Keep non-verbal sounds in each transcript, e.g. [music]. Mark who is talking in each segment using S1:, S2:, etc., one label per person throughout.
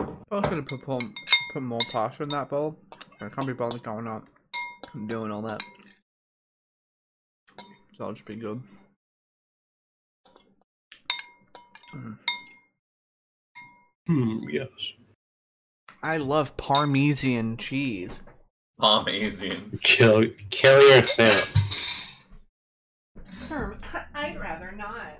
S1: I was gonna put, put, put more pasta in that bowl. I can't be bothered going out and doing all that. So I'll just be good.
S2: Hmm, yes.
S1: I love Parmesan cheese.
S3: Parmesan.
S2: Kill, kill yourself.
S4: [laughs] I'd rather not.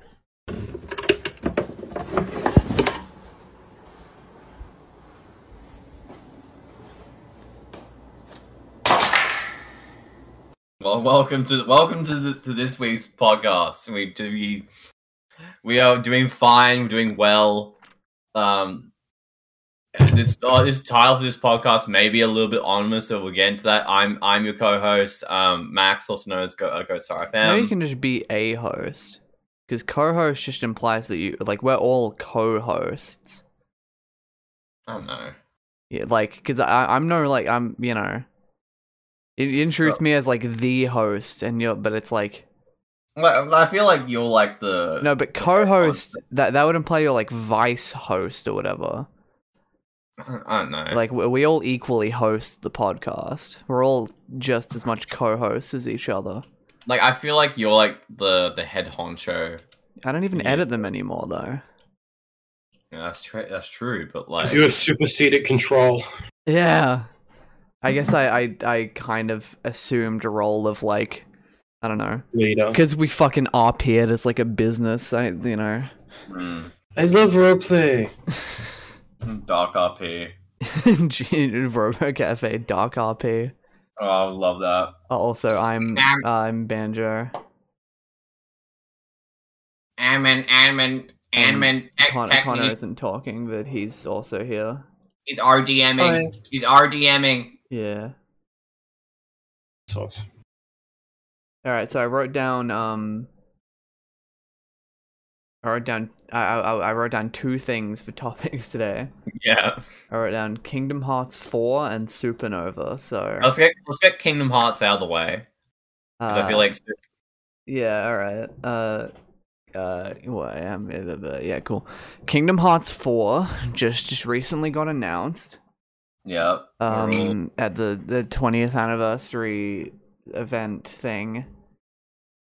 S3: Well, welcome to welcome to the, to this week's podcast. We do we, we are doing fine. We're doing well. Um, this uh, this title for this podcast may be a little bit ominous, so we'll get into that. I'm I'm your co-host, um, Max, also known as Go uh, Go Sorry
S1: Now you
S3: Fam.
S1: can just be a host. Because co host just implies that you, like, we're all co hosts.
S3: I don't know.
S1: Yeah, like, because I'm no, like, I'm, you know. It introduced me as, like, the host, and you're, but it's like.
S3: Well, I feel like you're like the
S1: No, but co host, that, that would imply you're, like, vice host or whatever.
S3: I don't know.
S1: Like, we, we all equally host the podcast. We're all just as much co hosts as each other.
S3: Like I feel like you're like the the head honcho.
S1: I don't even
S3: Yeah.
S1: edit them anymore, though.
S3: Yeah, that's true. That's true. But like,
S2: You have superseded control.
S1: Yeah. I guess I, I I kind of assumed a role of like I don't know
S2: Leader.
S1: because we fucking RP'd as like a business. I you know [laughs]
S3: mm,
S2: I love roleplay.
S3: dark RP.
S1: Robo Cafe Dark RP.
S3: Oh, I would love that.
S1: Uh, Also, I'm uh, I'm banjo.
S3: Admin, admin,
S1: And
S3: admin, tech,
S1: Con-
S3: tech,
S1: Connor
S3: he's,
S1: isn't talking, but he's also here.
S3: he's RDMing. He's RDMing.
S1: Yeah.
S2: So,
S1: All right. So I wrote down um. I wrote down I I, I wrote down two things for [laughs] topics today.
S3: Yeah.
S1: I wrote down Kingdom Hearts 4 and Supernova, so.
S3: Let's get let's get Kingdom Hearts out of the way because Oh, I
S1: uh,
S3: feel like
S1: Yeah, alright. Uh. Uh, well, I am, blah, blah, blah. yeah, cool. Kingdom Hearts 4 [laughs] just just recently got announced.
S3: yeah. Alright.
S1: Um, at the the twentieth anniversary event thing.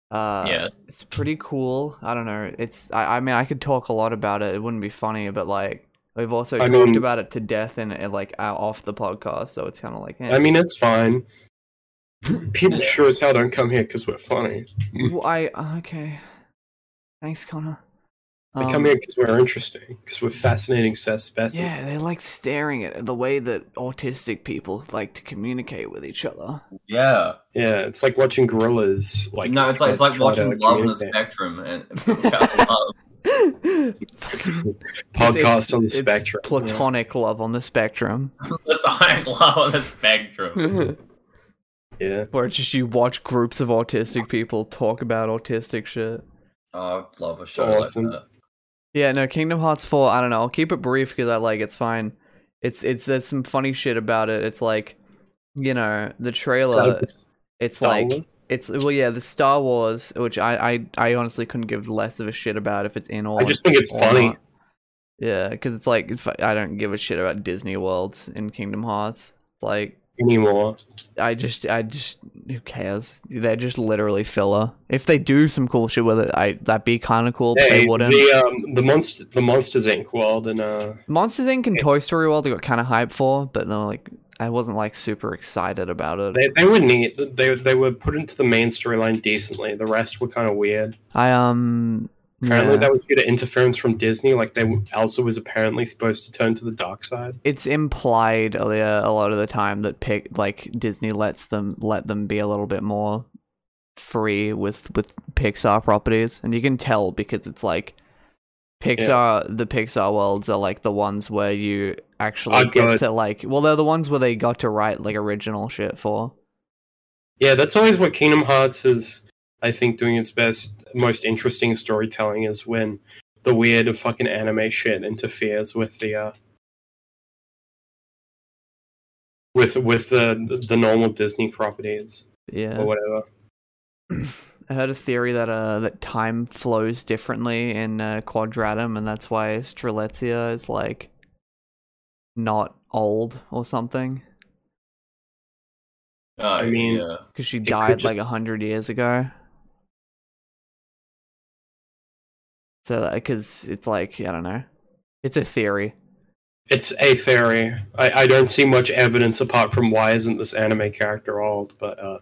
S1: Uh,
S3: yeah.
S1: it's pretty cool. I don't know. It's I, I mean I could talk a lot about it. It wouldn't be funny, but like we've also
S2: I
S1: talked
S2: mean-
S1: about it to death and like out off the podcast, so it's kind of like eh.
S2: I mean, it's fine. People sure as hell don't come here because we're funny.
S1: Well, I okay. Thanks, Connor.
S2: They
S1: Um,
S2: come here because we're interesting, because we're fascinating sus specimens.
S1: Yeah, they like staring at the way that autistic people like to communicate with each other. [laughs]
S3: Yeah.
S2: Yeah, it's like watching gorillas. Like
S3: no, it's like it's
S2: try-
S3: like
S2: try to
S3: watching Love on the
S2: communicate. [laughs]
S3: Spectrum and yeah, Love.
S1: Fucking It's-
S2: podcast
S1: it's-
S2: on the
S1: it's
S2: spectrum.
S1: platonic love on the spectrum.
S3: That's like Love on the Spectrum.
S1: [laughs] Where
S2: Yeah,
S1: it's just you watch groups of autistic people talk about autistic shit.
S3: Oh, I'd love a show
S2: awesome.
S3: like that.
S1: Yeah, no, Kingdom Hearts 4, I don't know. I'll keep it brief because I like it's fine. It's it's there's some funny shit about it. It's like you know, the trailer it's
S2: Star
S1: like
S2: Wars?
S1: it's well yeah, the Star Wars, which I, I I honestly couldn't give less of a shit about if it's in or
S2: I just think it's
S1: or
S2: funny.
S1: not. Yeah, because it's like it's, fu- I don't give a shit about Disney worlds in Kingdom Hearts. It's like
S2: anymore.
S1: I just, I just, who cares? They're just literally filler. If they do some cool shit with it, I that'd be kind of cool. But
S2: Hey,
S1: they wouldn't.
S2: the um, the monster, the Monsters Inc. world, and uh,
S1: Monsters Inc. and Toy Story World, I got kind of hyped for, but no, like I wasn't like super excited about it.
S2: they they were neat. They they were put into the main storyline decently. The rest were kind of weird.
S1: I um,
S2: Apparently,
S1: yeah.
S2: that was due to interference from Disney. Like they Elsa was apparently supposed to turn to the dark side.
S1: it's implied uh, yeah, a lot of the time that pick like Disney lets them let them be a little bit more free with with Pixar properties, and you can tell because it's like Pixar the Pixar worlds are like the ones where you actually
S2: Are
S1: get
S2: good.
S1: to like well they're the ones where they got to write like original shit for.
S2: Yeah, that's always what Kingdom Hearts is. I think doing its best, most interesting storytelling is when the weird fucking anime shit interferes with the uh, with with the the normal Disney properties or
S1: Yeah.
S2: whatever.
S1: [clears throat] I heard a theory that uh that time flows differently in uh, Quadratum and that's why Strelitzia is like not old or something
S3: Uh,
S2: I mean-
S3: yeah.
S1: because she
S2: could
S1: died
S2: just-
S1: like a hundred years ago. So, because it's like I don't know, it's a theory.
S2: It's a theory. I, I don't see much evidence apart from why isn't this anime character old, but uh,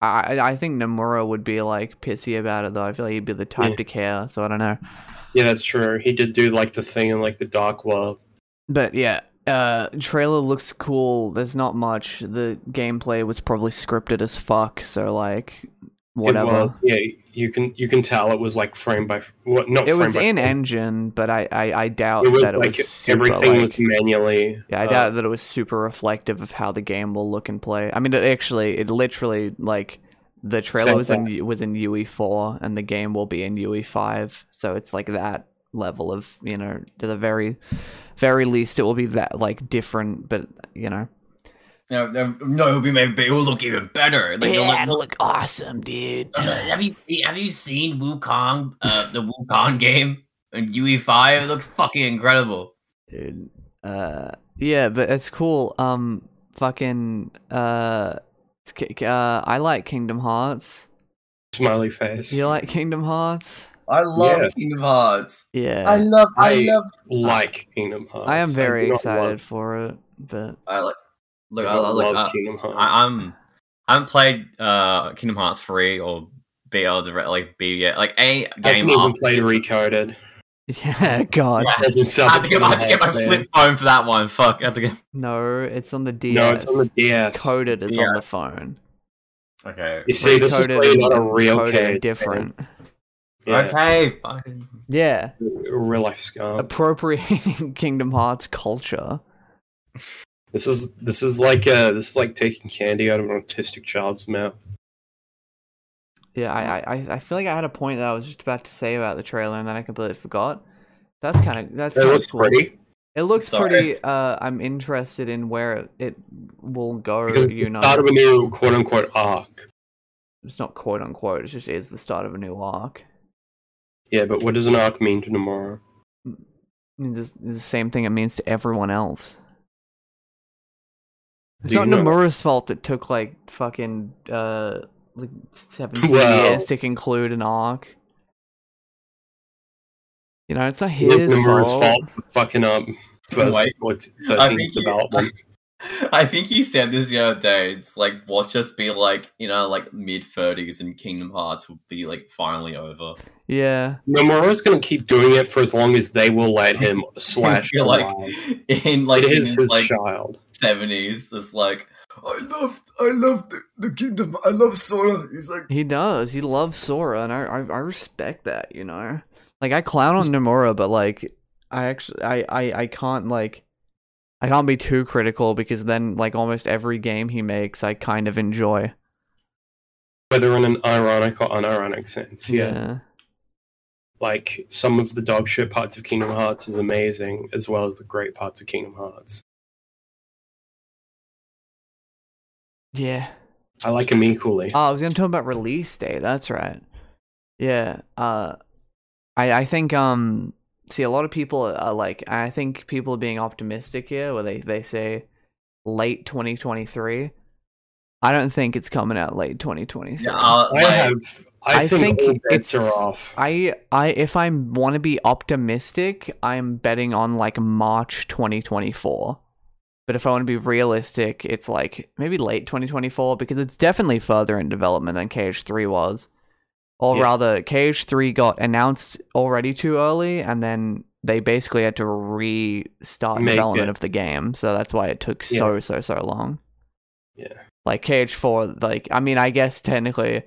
S1: I I I think Nomura would be like pissy about it though. I feel like he'd be the type
S2: Yeah.
S1: to care. So I don't know.
S2: yeah, that's true. He did do like the thing in like the dark world.
S1: But yeah, uh, trailer looks cool. There's not much. The gameplay was probably scripted as fuck. So like, whatever.
S2: It was, yeah, you can you can tell it was like frame by what not.
S1: It
S2: frame
S1: was
S2: by
S1: in
S2: frame.
S1: engine, but I, I, I doubt
S2: It was
S1: that it
S2: like
S1: was super,
S2: everything
S1: like-
S2: was manually.
S1: Yeah, I
S2: Uh,
S1: doubt that it was super reflective of how the game will look and play. I mean, it actually, it literally like the trailer
S2: Same
S1: was in was in UE four, and the game will be in UE five. So it's like that level of you know, to the very, very least, it will be that like different, but you know,
S3: No, no, no, it'll be made. It will look even better. Like, it'll look-
S1: look awesome, dude.
S3: Uh, have you seen Have you seen Wukong? Uh, the Wukong game and UE five. It looks fucking incredible.
S1: dude. Uh, yeah, but it's cool. Um, fucking uh, it's ki- uh, I like Kingdom Hearts.
S2: Smiley face.
S1: You like Kingdom Hearts?
S3: I love
S2: Yeah.
S3: Kingdom Hearts.
S1: Yeah,
S3: I love. I,
S2: I-
S3: love.
S2: Like Kingdom Hearts.
S1: I am very
S2: do not
S1: excited
S2: Love,
S1: for it, but [laughs]
S3: I like. Look,
S2: I
S3: I, I,
S2: don't
S3: look,
S2: love
S3: I,
S2: Kingdom Hearts.
S3: I, I'm. I haven't played uh, Kingdom Hearts three or B or the re- like B yet. Like a
S2: I haven't
S3: game.
S2: even
S3: after-
S2: played Recoded.
S1: yeah, God,
S3: Yeah. [laughs]
S2: Doesn't
S3: I
S2: sell
S3: have to get, I have to get my
S2: Kingdom Hearts,
S3: flip phone for that one. Fuck, I have to get.
S1: no, it's on the uh, DS.
S2: man. No, it's on the DS.
S1: Coded is on
S3: Yeah.
S1: the phone.
S3: Okay.
S2: You see, this is
S1: Recoded
S2: played
S1: and-
S2: on a real
S1: Coded
S2: case.
S1: different.
S2: Yeah,
S3: Okay. Fine.
S1: Yeah,
S2: real life scum.
S1: appropriating [laughs] Kingdom Hearts culture.
S2: This is this is like uh this is like taking candy out of an autistic child's mouth.
S1: Yeah, I, I, I- I feel like I had a point that I was just about to say about the trailer, and then I completely forgot. That's kind of that's
S2: It
S1: kinda
S2: looks
S1: cool.
S2: pretty
S1: It looks
S3: Sorry.
S1: pretty. Uh, I'm interested in where it, it will go.
S2: because
S1: you
S2: it's
S1: know,
S2: the start of a new quote unquote arc.
S1: it's not quote unquote. It just is the start of a new arc.
S2: Yeah, but what does an arc mean to Nomura?
S1: It means it's it's the same thing it means to everyone else. It's
S2: Do
S1: not
S2: you know-
S1: Nomura's fault that took like fucking uh like seventeen
S2: Well-
S1: years to conclude an arc. You know, it's not
S2: It was
S1: his
S2: Nomura's
S1: fault.
S2: fault for fucking up first
S3: Wait.
S2: what's-
S3: I
S2: thirteenth
S3: think he- [laughs]
S2: development.
S3: I think he said this the other day. It's like watch us be like you know like mid thirties and Kingdom Hearts will be like finally over. [laughs]
S1: Yeah,
S2: Nomura's gonna keep doing it for as long as they will let him slash
S3: feel like
S2: allow.
S3: in like
S2: It
S3: in
S2: is
S3: his
S2: his
S3: like
S2: child.
S3: seventies. It's like I loved I loved the, the Kingdom. I love Sora. He's [laughs] like
S1: he does. He loves Sora, and I I, I respect that. You know, like I clown on Nomura, but like I actually I, I I can't like I can't be too critical because then like almost every game he makes, I kind of enjoy.
S2: Whether in an ironic or unironic sense, yeah.
S1: yeah.
S2: Like some of the dog shit parts of Kingdom Hearts is amazing, as well as the great parts of Kingdom Hearts.
S1: Yeah.
S2: I like him equally.
S1: Oh, I was gonna talk about release day. That's right. Yeah. Uh, I I think um see a lot of people are like I think people are being optimistic here where they they say late 2023. I don't think it's coming out late 2023.
S3: yeah. Uh,
S2: I
S3: like,
S2: have. I,
S1: I
S2: think,
S1: think
S2: all
S1: it's-
S2: bets are off.
S1: I I if I want to be optimistic, I'm betting on like March 2024. But if I want to be realistic, it's like maybe late 2024 because it's definitely further in development than KH3 was. Or
S2: Yeah.
S1: rather, KH3 got announced already too early and then they basically had to restart
S2: Make
S1: development
S2: it.
S1: of the game. So that's why it took so so so long.
S2: Yeah.
S1: Like KH4 like I mean, I guess technically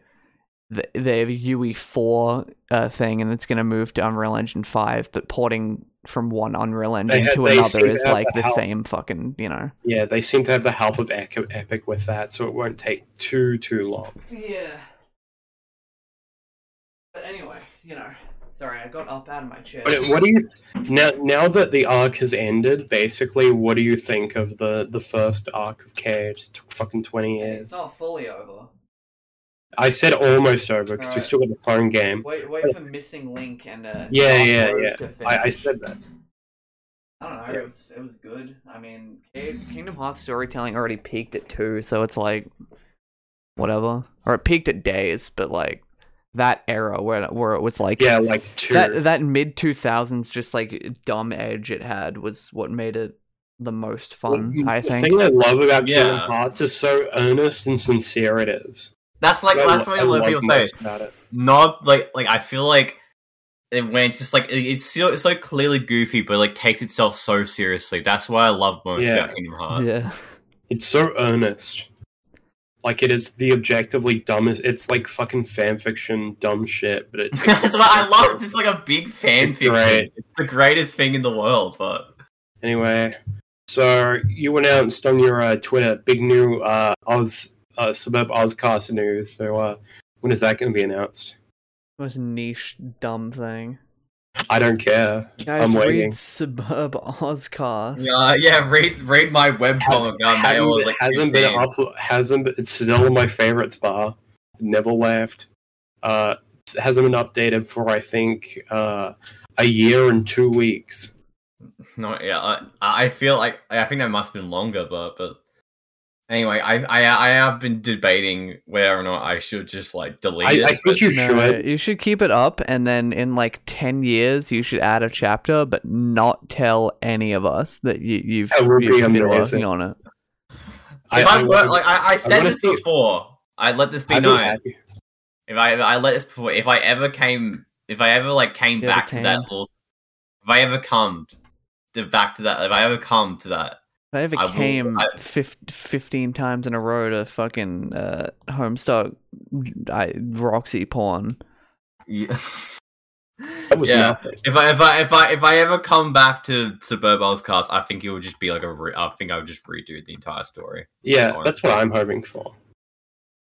S1: the, they have a UE4 uh, thing, and it's going to move to Unreal Engine 5, but porting from one Unreal Engine
S2: had-
S1: to
S2: they seem
S1: another
S2: to
S1: is
S2: have
S1: like
S2: the
S1: the
S2: help.
S1: same fucking, you know.
S2: Yeah, they seem to have the help of Ec- Epic with that, so it won't take too too long.
S1: Yeah. But anyway, you know. Sorry, I got up out of my chair.
S2: What, what do you now? Now that the arc has ended, basically, what do you think of the the first arc of Cage? Took fucking twenty years.
S1: not fully over.
S2: I said almost over because we
S1: Alright.
S2: still got the phone game.
S1: Wait, wait for missing link and uh,
S2: Yeah, Dark yeah, Road yeah. I, I said that.
S1: I don't know. It was it was good. I mean, Ki- Kingdom Hearts storytelling already peaked at two, so it's like whatever. Or it peaked at days, but like that era where where it was like
S2: Yeah, like two.
S1: that that mid two thousands just like dumb edge it had was what made it the most fun. I
S2: the
S1: think.
S2: thing [laughs] I love about Kingdom
S3: Yeah.
S2: Hearts is so earnest and sincere it is.
S3: That's like
S2: I-
S3: that's what
S2: I
S3: a lot of
S2: love
S3: people say.
S2: most About it.
S3: Not like like I feel like it went just like it- it's so it's so clearly goofy, but like takes itself so seriously. That's what I love most
S2: Yeah.
S3: about Kingdom Hearts.
S1: yeah.
S2: It's so earnest. Like it is the objectively dumbest. It's like fucking fan fiction, dumb shit. But it,
S3: [laughs] That's what I love. It's just like a big fan
S2: It's
S3: fiction.
S2: great.
S3: It's the greatest thing in the world, but
S2: [laughs] anyway, so you announced on your uh, Twitter big new uh, Oz uh, suburb Ozcast news. So uh, when is that going to be announced?
S1: Most niche dumb thing.
S2: I don't care.
S1: Guys,
S2: I'm
S1: read
S2: waiting.
S1: Suburb Ozcast.
S3: [laughs] yeah, yeah. Read read my web comic. God,
S2: hasn't,
S3: Mayo was like
S2: hasn't been
S3: 15.
S2: up. Hasn't. been- It's still in my favorites bar. Never left. Uh, it hasn't been updated for I think uh, a year and two weeks.
S3: No, yeah, I, I feel like I think that must have been longer, but but anyway, I I I have been debating whether or not I should just like delete
S2: I,
S3: it.
S2: I think you
S1: No,
S2: should.
S1: You should keep it up, and then in like ten years, you should add a chapter, but not tell any of us that you, you've,
S2: That would
S1: you've
S2: be
S1: been
S2: amazing.
S1: working on it.
S3: but if I, were, like I, I said
S2: wanna
S3: this
S2: see-
S3: before, I let this be
S2: I'd
S3: known.
S2: happy.
S3: If I if I let this before, if I ever came, if I ever like came
S1: You ever
S3: back to that little, if I ever come to back to that, if I ever come to that,
S1: If I ever
S3: I will-
S1: came
S3: I-
S1: fif- fifteen times in a row to fucking uh, Homestuck I, Roxy porn, [laughs]
S3: yeah.
S2: That was
S3: yeah.
S2: nothing.
S3: If I if I if I if I ever come back to Suburbal's cast, I think it would just be like a. Re- I think I would just redo the entire story,
S2: Yeah, that's what I'm hoping for.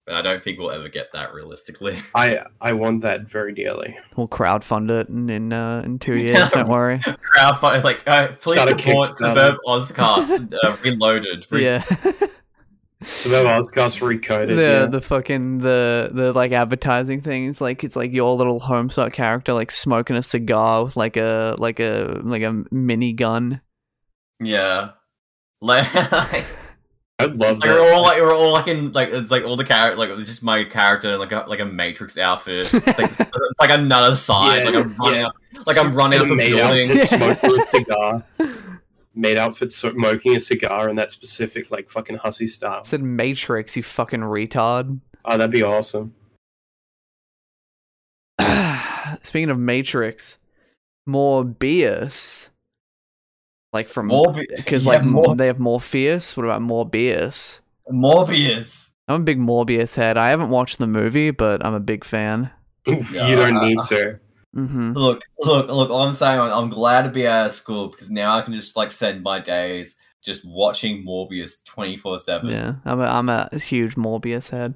S3: but I don't think we'll ever get that realistically. [laughs]
S2: I I want that very dearly.
S1: we'll crowdfund it in in, uh, in two years.
S3: [laughs]
S1: don't worry.
S3: Crowdfund, like, uh, please
S2: Start a
S3: support
S2: Kickstarter.
S3: Suburb
S1: [laughs]
S3: Ozcast uh, Reloaded. Re- [laughs]
S1: Yeah, [laughs]
S2: So that Oscars recoded.
S1: the
S2: yeah.
S1: the fucking the the like advertising things like it's like your little Homestuck character like smoking a cigar with like a like a like a mini gun.
S3: yeah. Like, [laughs] like
S2: I'd love
S3: we're
S2: that.
S3: all like we're all like in like it's like all the character like it's just my character in, like a like a Matrix outfit.
S2: [laughs]
S3: It's like, it's like another side.
S2: Yeah,
S3: like I'm running
S2: yeah.
S3: up, like I'm running up a
S2: made
S3: building.
S1: [laughs]
S2: outfit
S1: building.
S2: smoking a cigar. Made outfit smoking a cigar in that specific like fucking hussy style.
S1: said Matrix, you fucking retard. [sighs]
S2: Oh, that'd be awesome. [laughs]
S1: Speaking of Matrix, Morbius. Like from
S3: Morbi-
S1: because
S3: yeah,
S1: like
S3: Mor-
S1: they have Morpheus. What about Morbius?
S3: Morbius.
S1: I'm a big Morbius head. I haven't watched the movie, but I'm a big fan.
S2: you don't
S3: uh,
S2: need to.
S1: Mm-hmm.
S3: Look, look, look, all I'm saying, I'm glad to be out of school because now I can just like spend my days just watching Morbius 24 7.
S1: Yeah, I'm a, I'm a huge Morbius head.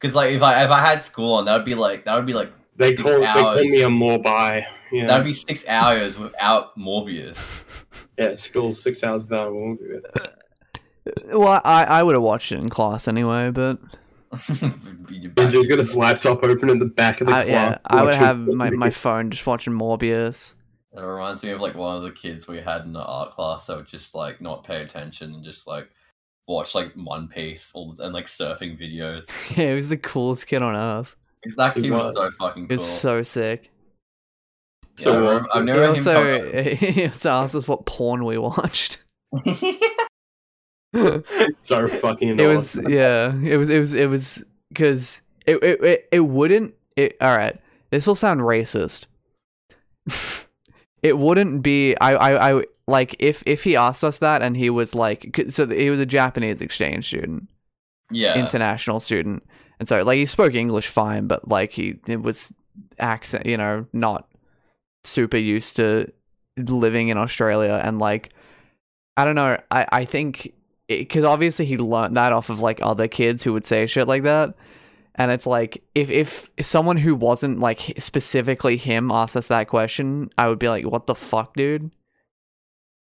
S3: Because like if I if I had school on, that would be like that would be like
S2: They call they call
S3: hours.
S2: me a more by. Yeah,
S3: that would be six hours without Morbius.
S2: [laughs]
S3: [laughs]
S2: yeah. School six hours without a movie.
S1: Well, I I would have watched it in class anyway, but
S3: You're
S2: He's
S3: back.
S2: just got his laptop open in the back of the
S1: I,
S2: class.
S1: yeah, I would
S2: watching- [laughs]
S1: have my, my phone just watching Morbius.
S3: It reminds me of like one of the kids we had in the art class that would just like not pay attention and just like watch like One Piece all, and like surfing videos.
S1: [laughs] yeah, he was the coolest kid on earth.
S3: Because that
S2: He
S3: kid was,
S2: was.
S3: so fucking
S1: He
S3: cool.
S1: was
S2: Oh.
S1: so sick.
S3: Yeah, I
S2: So
S3: remember- I
S2: awesome.
S1: He
S3: remember him
S1: [laughs]
S3: coming up-
S1: also, he also asked us what porn we watched. [laughs]
S2: so fucking.
S1: it
S2: annoying.
S1: was yeah it was it was it was because it, it it it wouldn't it all right this will sound racist [laughs] it wouldn't be I, I i like if if he asked us that and he was like 'cause- so he was a japanese exchange student
S3: [laughs]
S1: [laughs]
S3: yeah. [laughs]
S1: international student and so like he spoke english fine but like he it was accent you know not super used to living in australia and like i don't know i i think because obviously he learned that off of like other kids who would say shit like that and it's like if if someone who wasn't like specifically him asked us that question i would be like what the fuck dude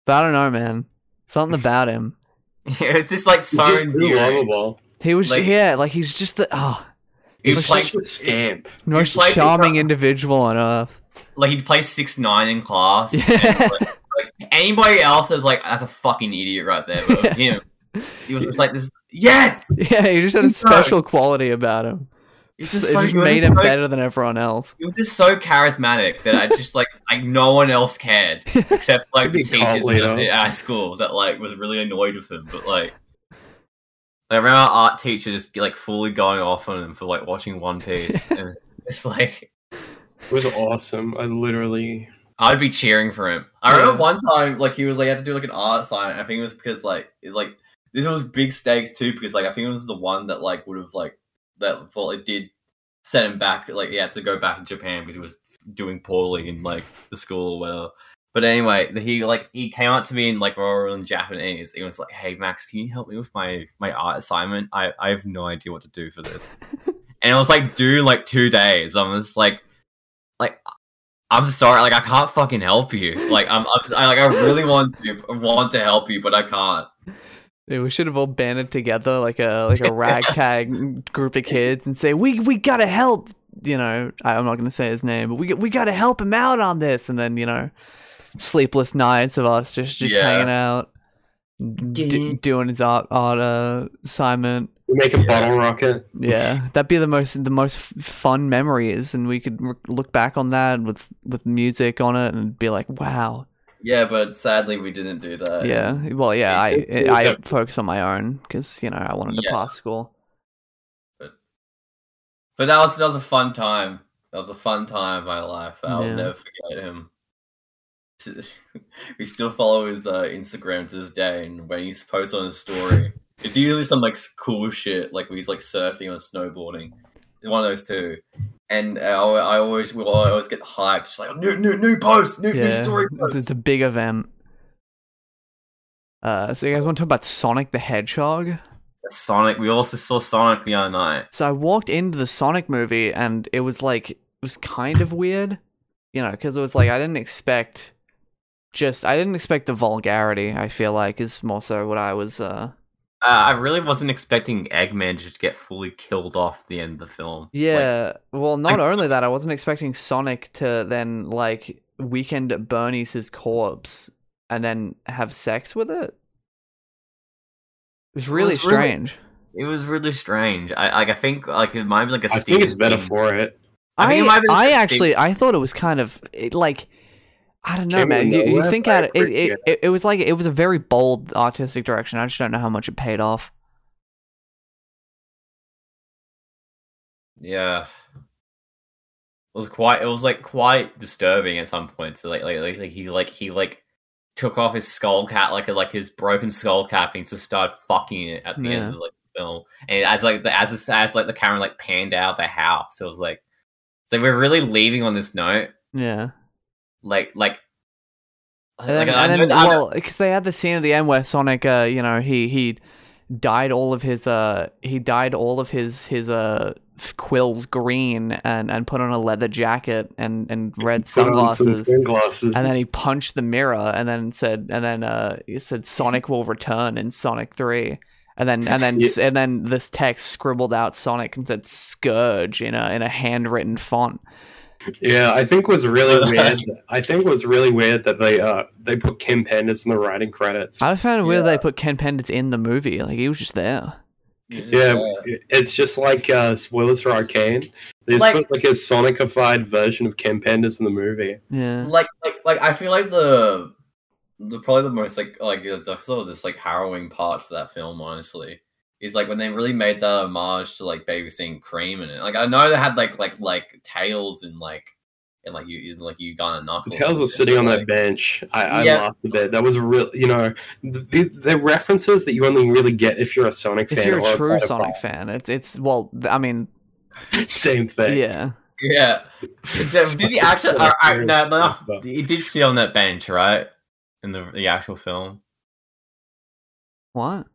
S1: but i don't know man something about him
S3: it's just like
S2: He's
S3: so
S2: just
S3: endearing.
S2: lovable.
S1: he was
S3: Like-
S1: yeah like he's just the oh
S3: He'd
S1: It's
S3: play,
S2: Such a scamp.
S1: Most
S3: like the
S1: charming
S3: co-
S1: individual on earth. [laughs]
S3: like he'd play six nine in class.
S1: Yeah.
S3: And, like, Anybody else is like, that's a fucking idiot right there. But him, he was just like, this. Yes,
S1: Yeah, he just had a
S3: He's so-
S1: special quality about him.
S3: it's
S1: it
S3: just so
S1: just
S3: good.
S1: made
S3: It's
S1: him
S3: so-
S1: better than everyone else.
S3: It was just so charismatic that I just like, like no one else cared except like the
S2: He'd be a cult
S3: teachers
S2: leader.
S3: at, at our school that like was really annoyed with him. But like, I remember our art teacher just like fully going off on him for like watching One Piece, and it's like.
S2: It was awesome. I literally
S3: I'd be cheering for him. I remember
S1: Yeah.
S3: one time, like he was like had to do like an art sign. I think it was because like it, like this was big stakes too, because like I think it was the one that like would have like that well it did send him back. Like he had to go back to Japan because he was doing poorly in like the school or whatever. But anyway, the- he like he came out to me in like rural in Japanese. He was like, "Hey Max, can you help me with my my art assignment? I I have no idea what to do for this." and it was like due in, like two days. I'm just like, like I'm sorry, like I can't fucking help you. Like I'm, I'm I, like I really want to want to help you, but I can't.
S1: Dude, we should have all banded together like a
S3: [laughs]
S1: like a ragtag group of kids and say we we gotta help. You know, I, I'm not gonna say his name, but we we gotta help him out on this. And then you know, sleepless nights of us just just
S3: Yeah.
S1: hanging out, d- doing his art art uh, assignment.
S2: make a
S3: Yeah.
S2: bottle rocket.
S3: [laughs]
S1: Yeah, that'd be the most the most f- fun memories, and we could re- look back on that with with music on it and be like, wow,
S3: Yeah, but sadly we didn't do that.
S1: yeah. Well, yeah, I
S2: it's cool
S1: I
S2: that-
S1: focus on my own because you know I wanted to
S3: Yeah.
S1: pass school.
S3: But that was that was a fun time. That was a fun time of my life. I'll
S1: Yeah.
S3: never forget him. [laughs] we still follow his uh, Instagram to this day, and when he's posts on his story, it's usually some like s- cool shit, like when he's like surfing or snowboarding, one of those two. And I, al- I always will always get hyped, just like new new new post, new, new
S1: Yeah,
S3: story
S1: it's,
S3: post.
S1: it's a big event. Uh, so you guys want to talk about Sonic the Hedgehog?
S3: Sonic. We also saw Sonic the other night.
S1: So I walked into the Sonic movie and it was like it was kind of weird, you know, because it was like I didn't expect just I didn't expect the vulgarity. I feel like is more so what I was. uh
S3: Uh, I really wasn't expecting Eggman just to get fully killed off at the end of the film. Like,
S1: Yeah. well, not
S3: like-
S1: only that, I wasn't expecting Sonic to then like weekend at Bernie's his corpse and then have sex with it. It was really
S3: was really-
S1: strange.
S3: It was really strange. I like. I think like it might be like a
S2: I
S3: Stephen
S2: think it's better
S3: King-
S2: for it.
S3: I
S1: I
S3: think it might have been
S1: I
S3: just a
S1: actually I thought it was kind of it, like I don't know,
S2: Came out of
S1: man. You, you
S2: nowhere,
S1: think
S2: but I
S1: at it it,
S2: appreciate
S1: it, it, it was like it was a very bold artistic direction. I just don't know how much it paid off.
S3: Yeah. It was quite. It was like quite disturbing at some points. Like like like, like he like he like took off his skull cap like like his broken skull cap and just started fucking it at the
S1: Yeah.
S3: end of like the film. And as like the as it's- as like the camera like panned out of the house, it was like so we're really leaving on this note.
S1: Yeah,
S3: Like like.
S1: and then,
S3: I
S1: and
S3: know-
S1: then
S3: I know-
S1: well, because they had the scene at the end where Sonic, uh, you know, he he dyed all of his uh he dyed all of his his uh f- quills green and and put on a leather jacket and and red
S2: Put on some
S1: sunglasses.
S2: sunglasses.
S1: And then he punched the mirror and then said and then uh he said Sonic will return in Sonic 3. And then and then
S2: [laughs] Yeah.
S1: and then this text scribbled out Sonic and said scourge in a in a handwritten font.
S2: Yeah, I think
S1: [laughs]
S2: was really weird. I think was really weird that they uh they put Kim Penders in the writing credits.
S1: I found it weird they put Ken Penders in the movie. Like he was just there.
S2: yeah, it's just like uh, spoilers for Arcane. They just
S3: Like-
S2: put like a sonicified version of Kim Penders in the movie.
S1: Yeah.
S3: like like like I feel like the the probably the most like like the the sort of just like harrowing parts of that film honestly is like when they really made that homage to like babysitting cream in it. Like I know they had like like like tails and like and like you in, like Uganda
S2: The
S3: knuckles.
S2: Tails
S3: and
S2: was
S3: shit,
S2: sitting on
S3: like,
S2: that bench. I, I
S3: Yeah.
S2: laughed a bit. That was real. You know, the, the references that you only really get if you're a Sonic
S1: If
S2: fan.
S1: you're
S2: or
S1: a true
S2: Mario
S1: Sonic fan, it's it's well th- I mean
S2: Kart. [laughs] same thing.
S1: yeah.
S3: [laughs]
S2: [laughs]
S3: Yeah. Did did he actually?
S2: Yeah,
S3: Uh, uh,
S2: serious [laughs]
S3: no, no,
S2: stuff,
S3: no,
S2: but-
S3: he did sit on that bench, right? In the the actual film.
S1: What?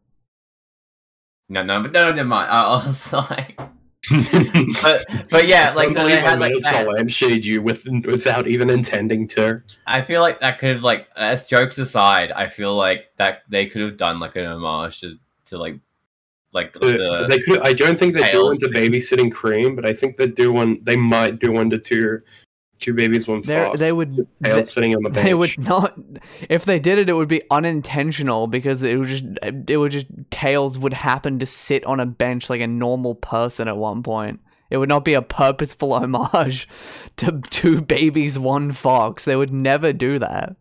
S3: No, no, but no, never mind. I, I was [laughs] like, but but yeah, uh, like
S2: Don't
S3: they
S2: believe I
S3: had like
S2: managed
S3: that-
S2: to lampshade you with, without even intending to.
S3: I feel like that could have like as jokes aside, I feel like that they could have done like an homage to, to like like the,
S2: Uh, [laughs]
S3: the [laughs]
S2: they could. I don't think they do
S3: Tails
S2: one to babysitting cream, but I think they do one. They might do one to two two babies, one
S1: They're-
S2: fox.
S1: they would
S2: tail
S1: they,
S2: sitting on
S1: [laughs]
S2: the bench.
S1: they would not if they did it it would be unintentional because it would just it would just tails would happen to sit on a bench like a normal person at one point it would not be a purposeful [laughs] homage to two babies one fox they would never do that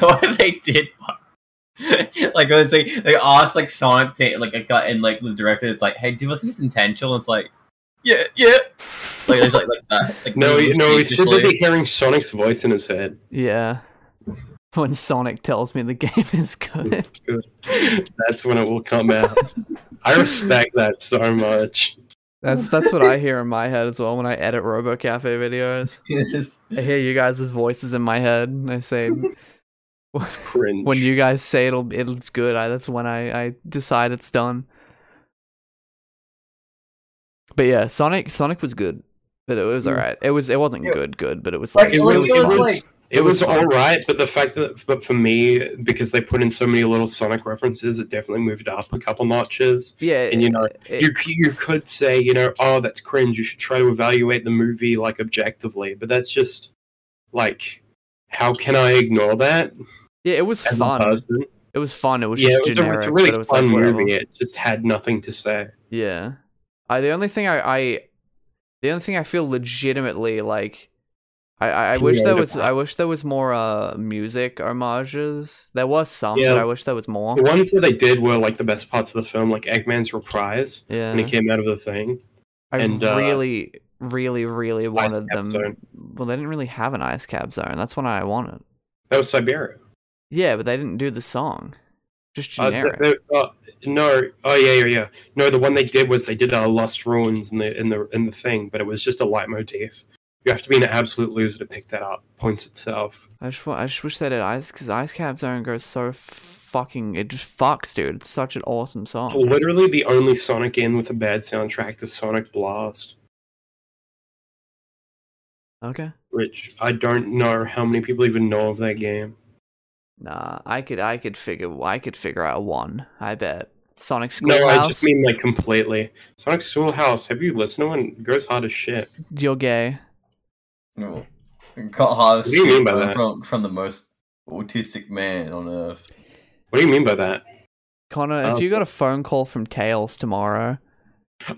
S3: what they did [laughs] like when it's like they asked like Sonic to, like a guy and like the director it's like hey do was this intentional it's like yeah yeah like it's like like that like
S2: No, he, no, he's too
S3: speechlessly.
S2: busy hearing Sonic's voice in
S1: [laughs]
S2: his head.
S1: yeah when sonic tells me the [laughs] game is good
S2: It's good. That's when it will come out. I respect that so much.
S1: that's that's what i hear in my head as well when i edit robo cafe videos i hear you guys' voices in my head and i say
S2: Cringe.
S1: when you guys say it'll it'll- it's good I, that's when I, I decide it's done but yeah sonic sonic was good but it was all right it was it wasn't
S3: Yeah.
S1: good good but it was
S3: Like,
S1: like
S2: it
S3: it
S2: was,
S1: it
S2: it
S1: was
S2: was,
S1: fun.
S3: like-
S2: it was
S1: was fun.
S2: all right, but the fact that, but for me, because they put in so many little Sonic references, it definitely moved up a couple notches.
S1: yeah
S2: And you know,
S1: it-
S2: you c- you could say, you know, oh, that's cringe. You should try to evaluate the movie like objectively, but that's just like, how can I ignore that
S1: yeah it was
S2: as
S1: fun
S2: a person?
S1: it was fun it was just
S2: Yeah, it was a,
S1: generic
S2: it's a really
S1: but it was
S2: fun
S1: like, whatever.
S2: movie. It just had nothing to say.
S1: Yeah. I the only thing I, I the only thing I feel legitimately like I, I, I wish there
S2: Creative.
S1: was I wish there was more uh music homages. There was some,
S2: Yeah.
S1: but I wish there was more.
S2: The ones that they did were like the best parts of the film, like Eggman's reprise
S1: Yeah.
S2: when he came out of the thing.
S1: I
S2: and, uh,
S1: really, really, really wanted
S2: cap
S1: them.
S2: zone.
S1: Well, they didn't really have an ice cab zone. That's what I wanted.
S2: That was Siberia.
S1: Yeah, but they didn't do the song. Just
S2: Uh, th-
S1: generic.
S2: th- uh, no, oh yeah, yeah, yeah. No, the one they did was they did uh, Lost Ruins in the in the in the thing, but it was just a leitmotif. You have to be an absolute loser to pick that up. Points itself.
S1: I just, wa- I just wish they did ice because ice cab zone goes so fucking. It just fucks, dude. It's such an awesome song.
S2: Literally, the only Sonic in with a bad soundtrack is Sonic Blast, Oh.
S1: Okay.
S2: which I don't know how many people even know of that game.
S1: Nah, I could, I could figure, I could figure out one. I bet Sonic
S2: No,
S1: Schoolhouse.
S2: I just mean like completely. Sonic Schoolhouse. Have you listened to it? It goes hard as shit.
S1: You're gay.
S3: [laughs] No. got hard
S2: What do you mean by
S3: from,
S2: that?
S3: from from the most autistic man on earth
S2: What do you mean by that?
S1: Connor,
S2: Oh.
S1: if you got a phone call from Tails tomorrow,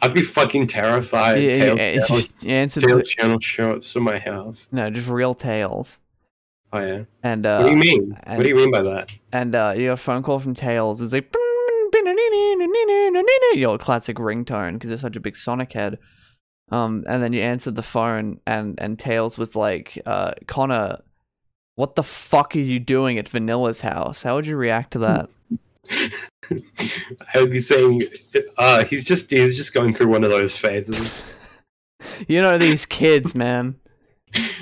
S2: I'd be fucking
S1: yeah,
S2: terrified.
S1: you,
S2: Tails,
S1: you,
S2: Tails,
S1: just answer the-
S2: Tails Channel show up to my house.
S1: no, just real Tails.
S2: Oh yeah.
S1: And uh,
S2: what do you mean?
S1: and-
S2: what do you mean by that?
S1: and uh, you got a phone call from Tails. It's like your classic ringtone because they're such a big Sonic head. Um, and then you answered the phone, and and Tails was like, uh, "Connor, what the fuck are you doing at Vanilla's house? How would you react to
S2: Hmm.
S1: that?"
S2: I would be saying, uh, he's just he's just going through one of those phases.
S1: you know these kids, man.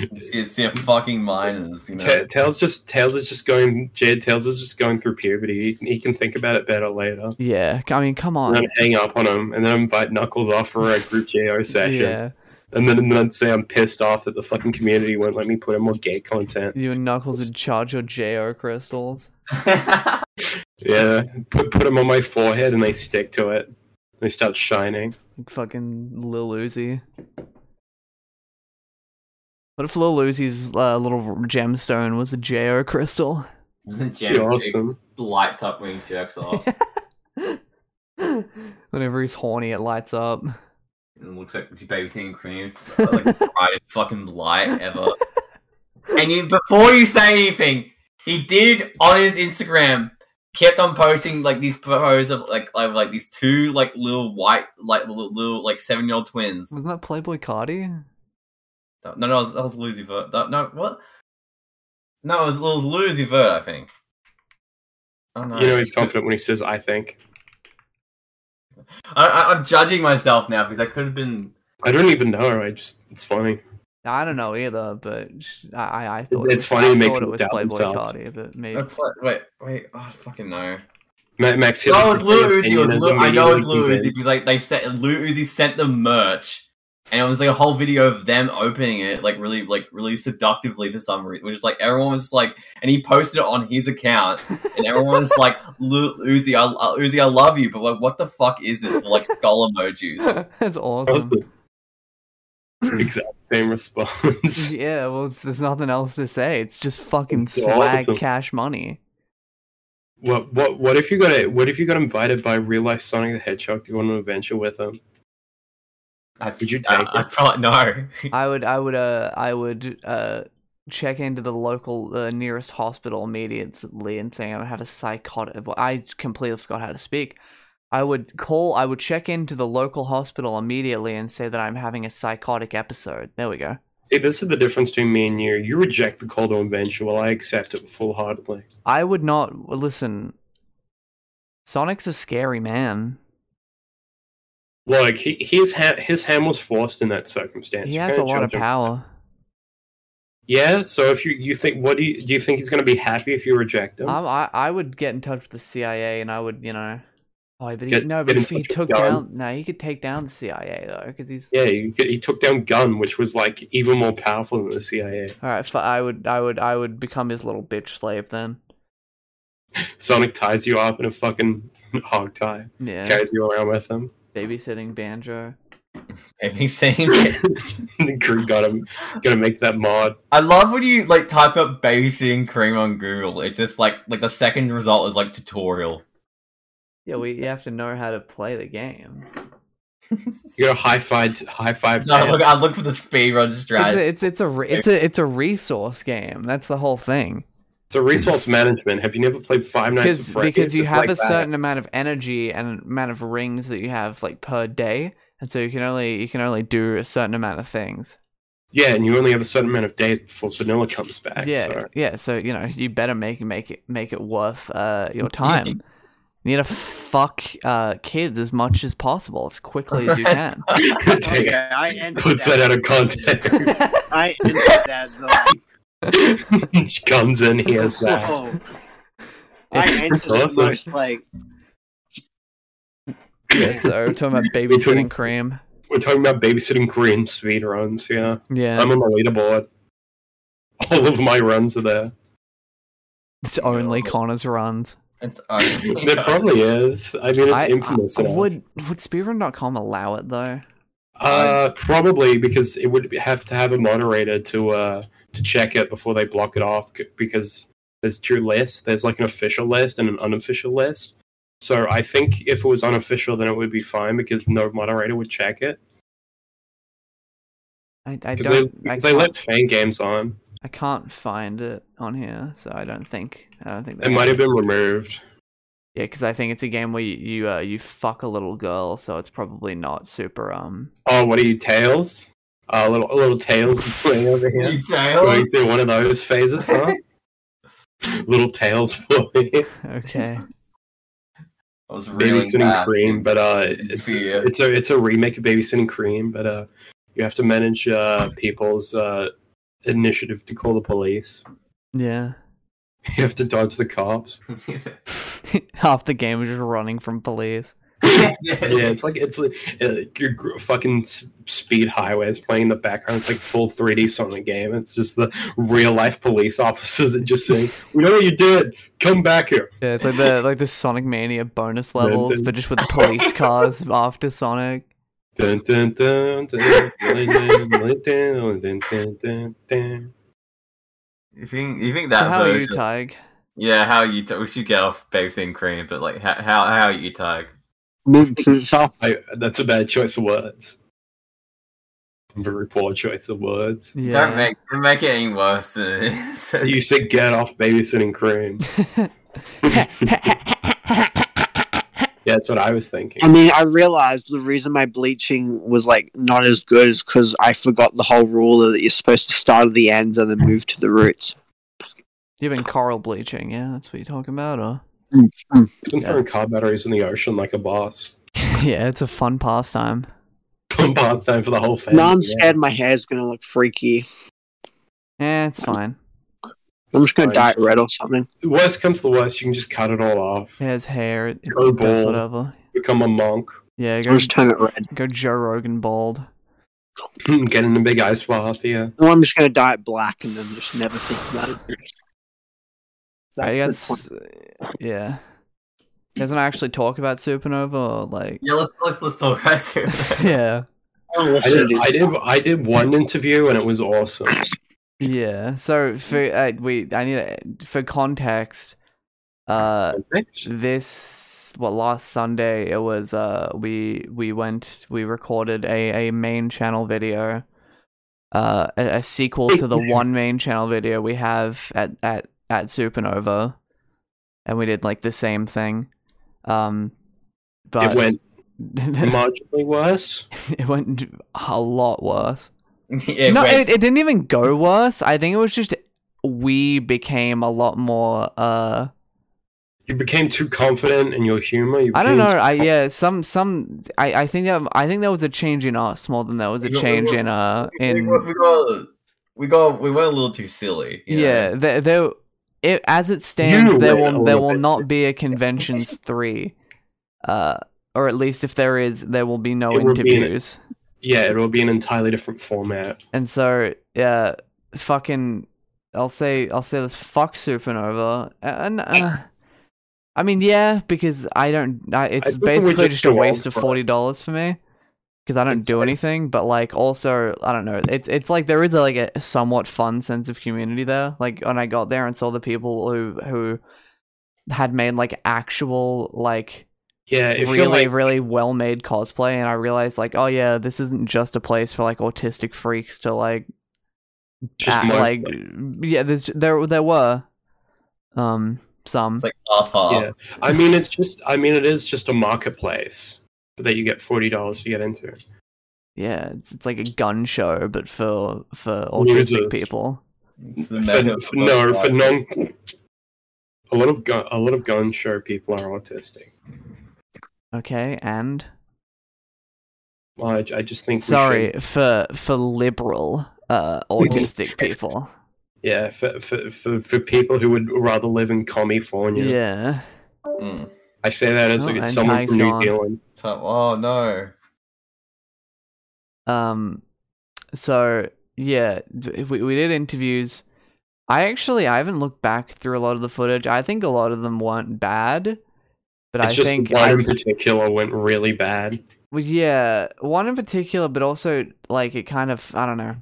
S3: it's, it's their fucking minds you know
S2: Ta
S3: [laughs]
S2: Tails just Tails is just going. Jed Tails is just going through puberty. He, he can think about it better later.
S1: Yeah, I mean, come
S2: And
S1: on.
S2: then hang up on him, and then invite Knuckles off for a group JO
S1: [laughs]
S2: session,
S1: Yeah,
S2: and then and then I'd say I'm pissed off that the fucking community won't let me put in more gay content.
S1: you and Knuckles would charge your JR crystals.
S2: Yeah, put put them on my forehead, and they stick to it. They start shining.
S1: Like fucking Lil Uzi. What if Lil Uzi's uh, little gemstone was a JR crystal? [laughs]
S2: Be
S3: Jack
S2: awesome.
S3: lights up when he jerks off
S1: Whenever he's horny, it lights up.
S3: and it looks like babysitting cream. It's uh, like the brightest fucking light ever. And you, before you say anything, he did on his Instagram kept on posting like these photos of like of, like these two like little white like little, little like seven year old twins.
S1: Wasn't that Playboy Cardi?
S3: No, no, that was that was Lucy Vert. That, no, what? No, it was, it was Lucy Vert, I think. Oh, no.
S2: You know he's confident when he says, "I think."
S3: I, I, I'm judging myself now because I could have been.
S2: I don't even know. I just it's funny.
S1: I don't know either, but sh- I I, I thought
S2: It's
S1: it was,
S2: funny to
S1: I
S2: make
S1: thought it
S2: people
S1: was
S2: doubt
S1: Playboy
S2: themselves.
S1: Cardi, but maybe
S3: Wait, wait, wait oh, fucking no.
S2: Ma- Max.
S3: No, it was
S2: his
S3: Lil Uzi.
S2: opinion
S3: It was
S2: is
S3: Lil, I know it was Lil
S2: immediately
S3: Uzi
S2: conveyed.
S3: because like they sent Lil Uzi sent them merch, and it was like a whole video of them opening it, like really, like really seductively for some reason. Which is like everyone was like, and he posted it on his account,
S1: [laughs]
S3: and everyone was like, [laughs] Lil Uzi, I, I, Uzi, I love you, but like, what the fuck is this for like skull emojis?
S1: that's awesome.
S2: Awesome.
S1: [laughs]
S2: exact same response.
S1: yeah, well, it's, there's nothing else to say. It's just fucking
S2: It's
S1: swag,
S2: awesome.
S1: cash money.
S2: what what what if you got a, what if you got invited by real life Sonic the Hedgehog to go on an adventure with him?
S3: I'd,
S2: Would you
S3: I,
S2: take
S3: I'd probably no.
S1: I would, I would, uh, I would, uh, check into the local uh, nearest hospital immediately and saying I have a psychotic. well, I completely forgot how to speak. I would call. I would check into the local hospital immediately and say that I'm having a psychotic episode. There we go.
S2: See, this is the difference between me and you. You reject the call to adventure, while I accept it full heartedly.
S1: I would not well, listen. Sonic's a scary man.
S2: Look, he, his hand his hand was forced in that circumstance.
S1: He
S2: You
S1: has a
S2: can't
S1: lot of
S2: judge him.
S1: power.
S2: Yeah, so if you you think what do you do you think he's gonna be happy if you reject him?
S1: I, I I would get in touch with the CIA and I would you know. Oh, but he,
S2: Get-
S1: no,
S2: get
S1: but
S2: in
S1: if he
S2: touch with
S1: took
S2: Gunn.
S1: down, no, he could take down the CIA though, because he's
S2: yeah, he, he took down Gun, which was like even more powerful than the CIA.
S1: all right. F- I would, I would, I would become his little bitch slave then.
S2: Sonic ties you up in a fucking [laughs] hog tie,
S1: Yeah,
S2: carries you around
S1: [laughs]
S2: with him. [laughs]
S1: babysitting banjo.
S3: If he's saying,
S2: Crew got him, gonna make that mod.
S3: I love when you like type up babysitting cream on Google. It's just like like the second result is like tutorial.
S1: Yeah, we you have to know how to play the game.
S2: You got a high five, high five.
S3: No, I
S2: tab.
S3: look, I look for the speedrun
S1: It's a,
S3: strategy.
S1: it's it's a re- it's a it's a resource game. That's the whole thing.
S2: It's a resource management. Have you never played Five Nights at
S1: because
S2: Freddy's?
S1: because you
S2: It's
S1: have
S2: like
S1: a
S2: that.
S1: certain amount of energy and amount of rings that you have like per day, and so you can only you can only do a certain amount of things.
S2: Yeah, and you only have a certain amount of days before vanilla comes back.
S1: yeah, [laughs]
S2: so- [laughs]
S1: yeah. So you know you better make make it make it worth uh,
S2: [laughs]
S1: your time. you need to fuck uh, kids as much as possible as quickly
S2: [laughs]
S1: as you can.
S2: Take it.
S5: Okay, Oh, I
S2: [laughs]
S5: ended
S2: Puts that
S5: that.
S2: out of context. [laughs]
S5: [laughs] I ended that though.
S2: Guns in, he has
S3: [laughs]
S2: that.
S5: Whoa. I ended the
S2: Awesome.
S5: most like
S1: yeah, [laughs] so we're talking about babysitting cream.
S2: We're talking about babysitting green speed runs. Yeah,
S1: Yeah,
S2: I'm on the leaderboard. All of my runs are
S3: [laughs]
S2: there.
S1: it's only Connor's runs.
S3: it's
S2: There probably is. I mean, it's
S1: I,
S2: infamous.
S1: I,
S2: enough.
S1: would would speedrun.com allow it though?
S2: Uh, probably because it would have to have a moderator to uh to check it before they block it off c- because there's two lists. There's like an official list and an unofficial list. So I think if it was unofficial, then it would be fine because no moderator would check it
S1: I, I
S2: because they,
S1: don't. I
S2: because they
S1: can't-
S2: let fan games on.
S1: I can't find it on here, so I don't think I don't think
S2: It might have been removed.
S1: Yeah, because I think it's a game where you you, uh, you fuck a little girl, so it's probably not super. Um, [laughs]
S2: Oh, what are you tails? Uh, little little tails [laughs] playing over here. Going through one of those phases,
S3: [laughs]
S2: huh? little tails [laughs] for you.
S1: okay.
S3: I was really
S2: babysitting
S3: bad.
S2: cream but uh it's
S3: Yeah.
S2: it's a it's a remake of babysitting cream but uh you have to manage uh people's uh initiative to call the police [laughs]
S1: yeah.
S2: you have to dodge the
S3: [laughs]
S2: cops
S1: [laughs] Half the game was just running from police.
S2: yeah it's like it's like uh, your gr- fucking s- speed highways playing in the background it's like full 3d sonic game it's just the real life police [laughs] officers that just saying we know what you did come back here
S1: Yeah, it's like [laughs] the like the Sonic Mania bonus
S2: Then-
S1: levels,
S2: then-
S1: but just with the [laughs] police cars after Sonic.
S2: Dun, dun, dun, dun, dun, dun, dun, dun, dun, dun, dun, dun.
S3: You think you think
S1: So
S3: that
S1: how are you,
S3: version-
S1: Tig?
S3: Yeah, how you? T- we should get off babysitting cream, but like how how how you tag?
S5: moved to the top.
S2: I, that's a bad choice of words. Very poor choice of words.
S1: Yeah.
S3: Don't make don't make it any worse than it is. [laughs]
S2: [laughs] You said get off babysitting cream. Yeah, that's what I was thinking.
S5: I mean, I realized the reason my bleaching was like not as good is because I forgot the whole rule that you're supposed to start at the ends and then move to the roots.
S1: [laughs] You've been coral bleaching, yeah? That's what you're talking about, [laughs] or?
S2: I've been throwing car batteries in the ocean like a boss. [laughs]
S1: yeah, it's a fun pastime.
S2: Fun pastime for the whole family.
S5: Now I'm
S2: yeah.
S5: scared my hair's gonna look freaky.
S1: Eh, it's fine.
S5: I'm just gonna
S2: Fine.
S5: dye it red or something.
S2: Worst comes to worst, you can just cut it all off.
S1: He has hair. It, it
S2: Go
S1: does
S2: bald.
S1: whatever.
S2: Become a monk. [laughs]
S1: Yeah,
S5: I'll
S1: go,
S5: just turn it red.
S1: go Joe Rogan bald.
S2: Get in a big ice bath, yeah.
S5: Or I'm just gonna dye it black and then just never think about it.
S1: I
S5: That's the
S1: guess.
S5: point.
S1: Yeah. Doesn't actually talk about supernova or like.
S3: yeah, let's let's let's talk about it. [laughs]
S1: [laughs] Yeah.
S2: I did, I did. I did one interview and it was awesome.
S1: Yeah. So for uh, we, I need to, for context. Uh, this what last Sunday it was. Uh, we we went we recorded a a main channel video. Uh, a, a sequel to the one main channel video we have at at at Supernova, and we did like the same thing. Um, but
S2: It went marginally worse.
S1: [laughs] it went a lot worse
S3: it
S1: no,
S3: went-
S1: it, it didn't even go worse. I think it was just we became a lot more. uh
S2: You became too confident in your humor. You
S1: I don't know.
S2: became
S1: I yeah, some some. I I think that I think there was a change in us more than there was a
S3: We got- we
S1: change
S3: got-
S1: in uh
S3: we,
S1: in
S3: got, we got we got we went a little too silly. you know?
S1: yeah. There there it, as it stands, there
S2: went
S1: will
S2: a
S1: there
S2: little
S1: will
S2: bit
S1: not be a conventions three, uh, or at least if there is, there will be no
S2: It will be an-
S1: interviews.
S2: Yeah, it'll be an entirely different format.
S1: And so, yeah, fucking, I'll say, I'll say this: fuck Supernova, and
S2: [coughs]
S1: uh, I mean, yeah, because I don't. I, it's
S2: think we
S1: basically
S2: just
S1: just a
S2: go
S1: waste
S2: on
S1: of
S2: for it.
S1: forty dollars for me because I don't
S2: It's
S1: do
S2: like-
S1: anything. But like, also, I don't know. It's it's like there is a, like a somewhat fun sense of community there. Like when I got there and saw the people who who had made like actual like
S2: Yeah, if
S1: really
S2: you're like,
S1: really well made cosplay and i realized like oh yeah this isn't just a place for like autistic freaks to like
S2: just
S1: act,
S2: more,
S1: like yeah there's there there were um some
S3: It's like half half.
S2: Yeah. I mean, it's just. I mean, it is just a marketplace that you get forty dollars to get into.
S1: yeah it's, it's like a gun show but for for
S2: Losers.
S1: autistic people
S3: It's the mecca
S2: For,
S3: of
S2: for, no,
S3: Pokemon.
S2: for non. A lot of gun, a lot of gun show people are autistic.
S1: okay and
S2: Well, I, I just think we
S1: sorry
S2: should-
S1: for for liberal uh autistic people
S2: [laughs] yeah, for, for, for, for people who would rather live in
S1: yeah,
S2: California.
S3: Mm.
S2: I say that as
S1: Oh,
S2: like
S1: and
S2: someone from
S1: Ty's
S2: New
S1: gone.
S2: Zealand.
S3: It's like, oh no.
S1: um so yeah d- we, we did interviews i actually i haven't looked back through a lot of the footage i think a lot of them weren't bad but
S2: It's
S1: i
S2: just
S1: think
S2: one
S1: I
S2: in particular went really bad.
S1: Well, yeah, one in particular, but also like it kind of I don't know.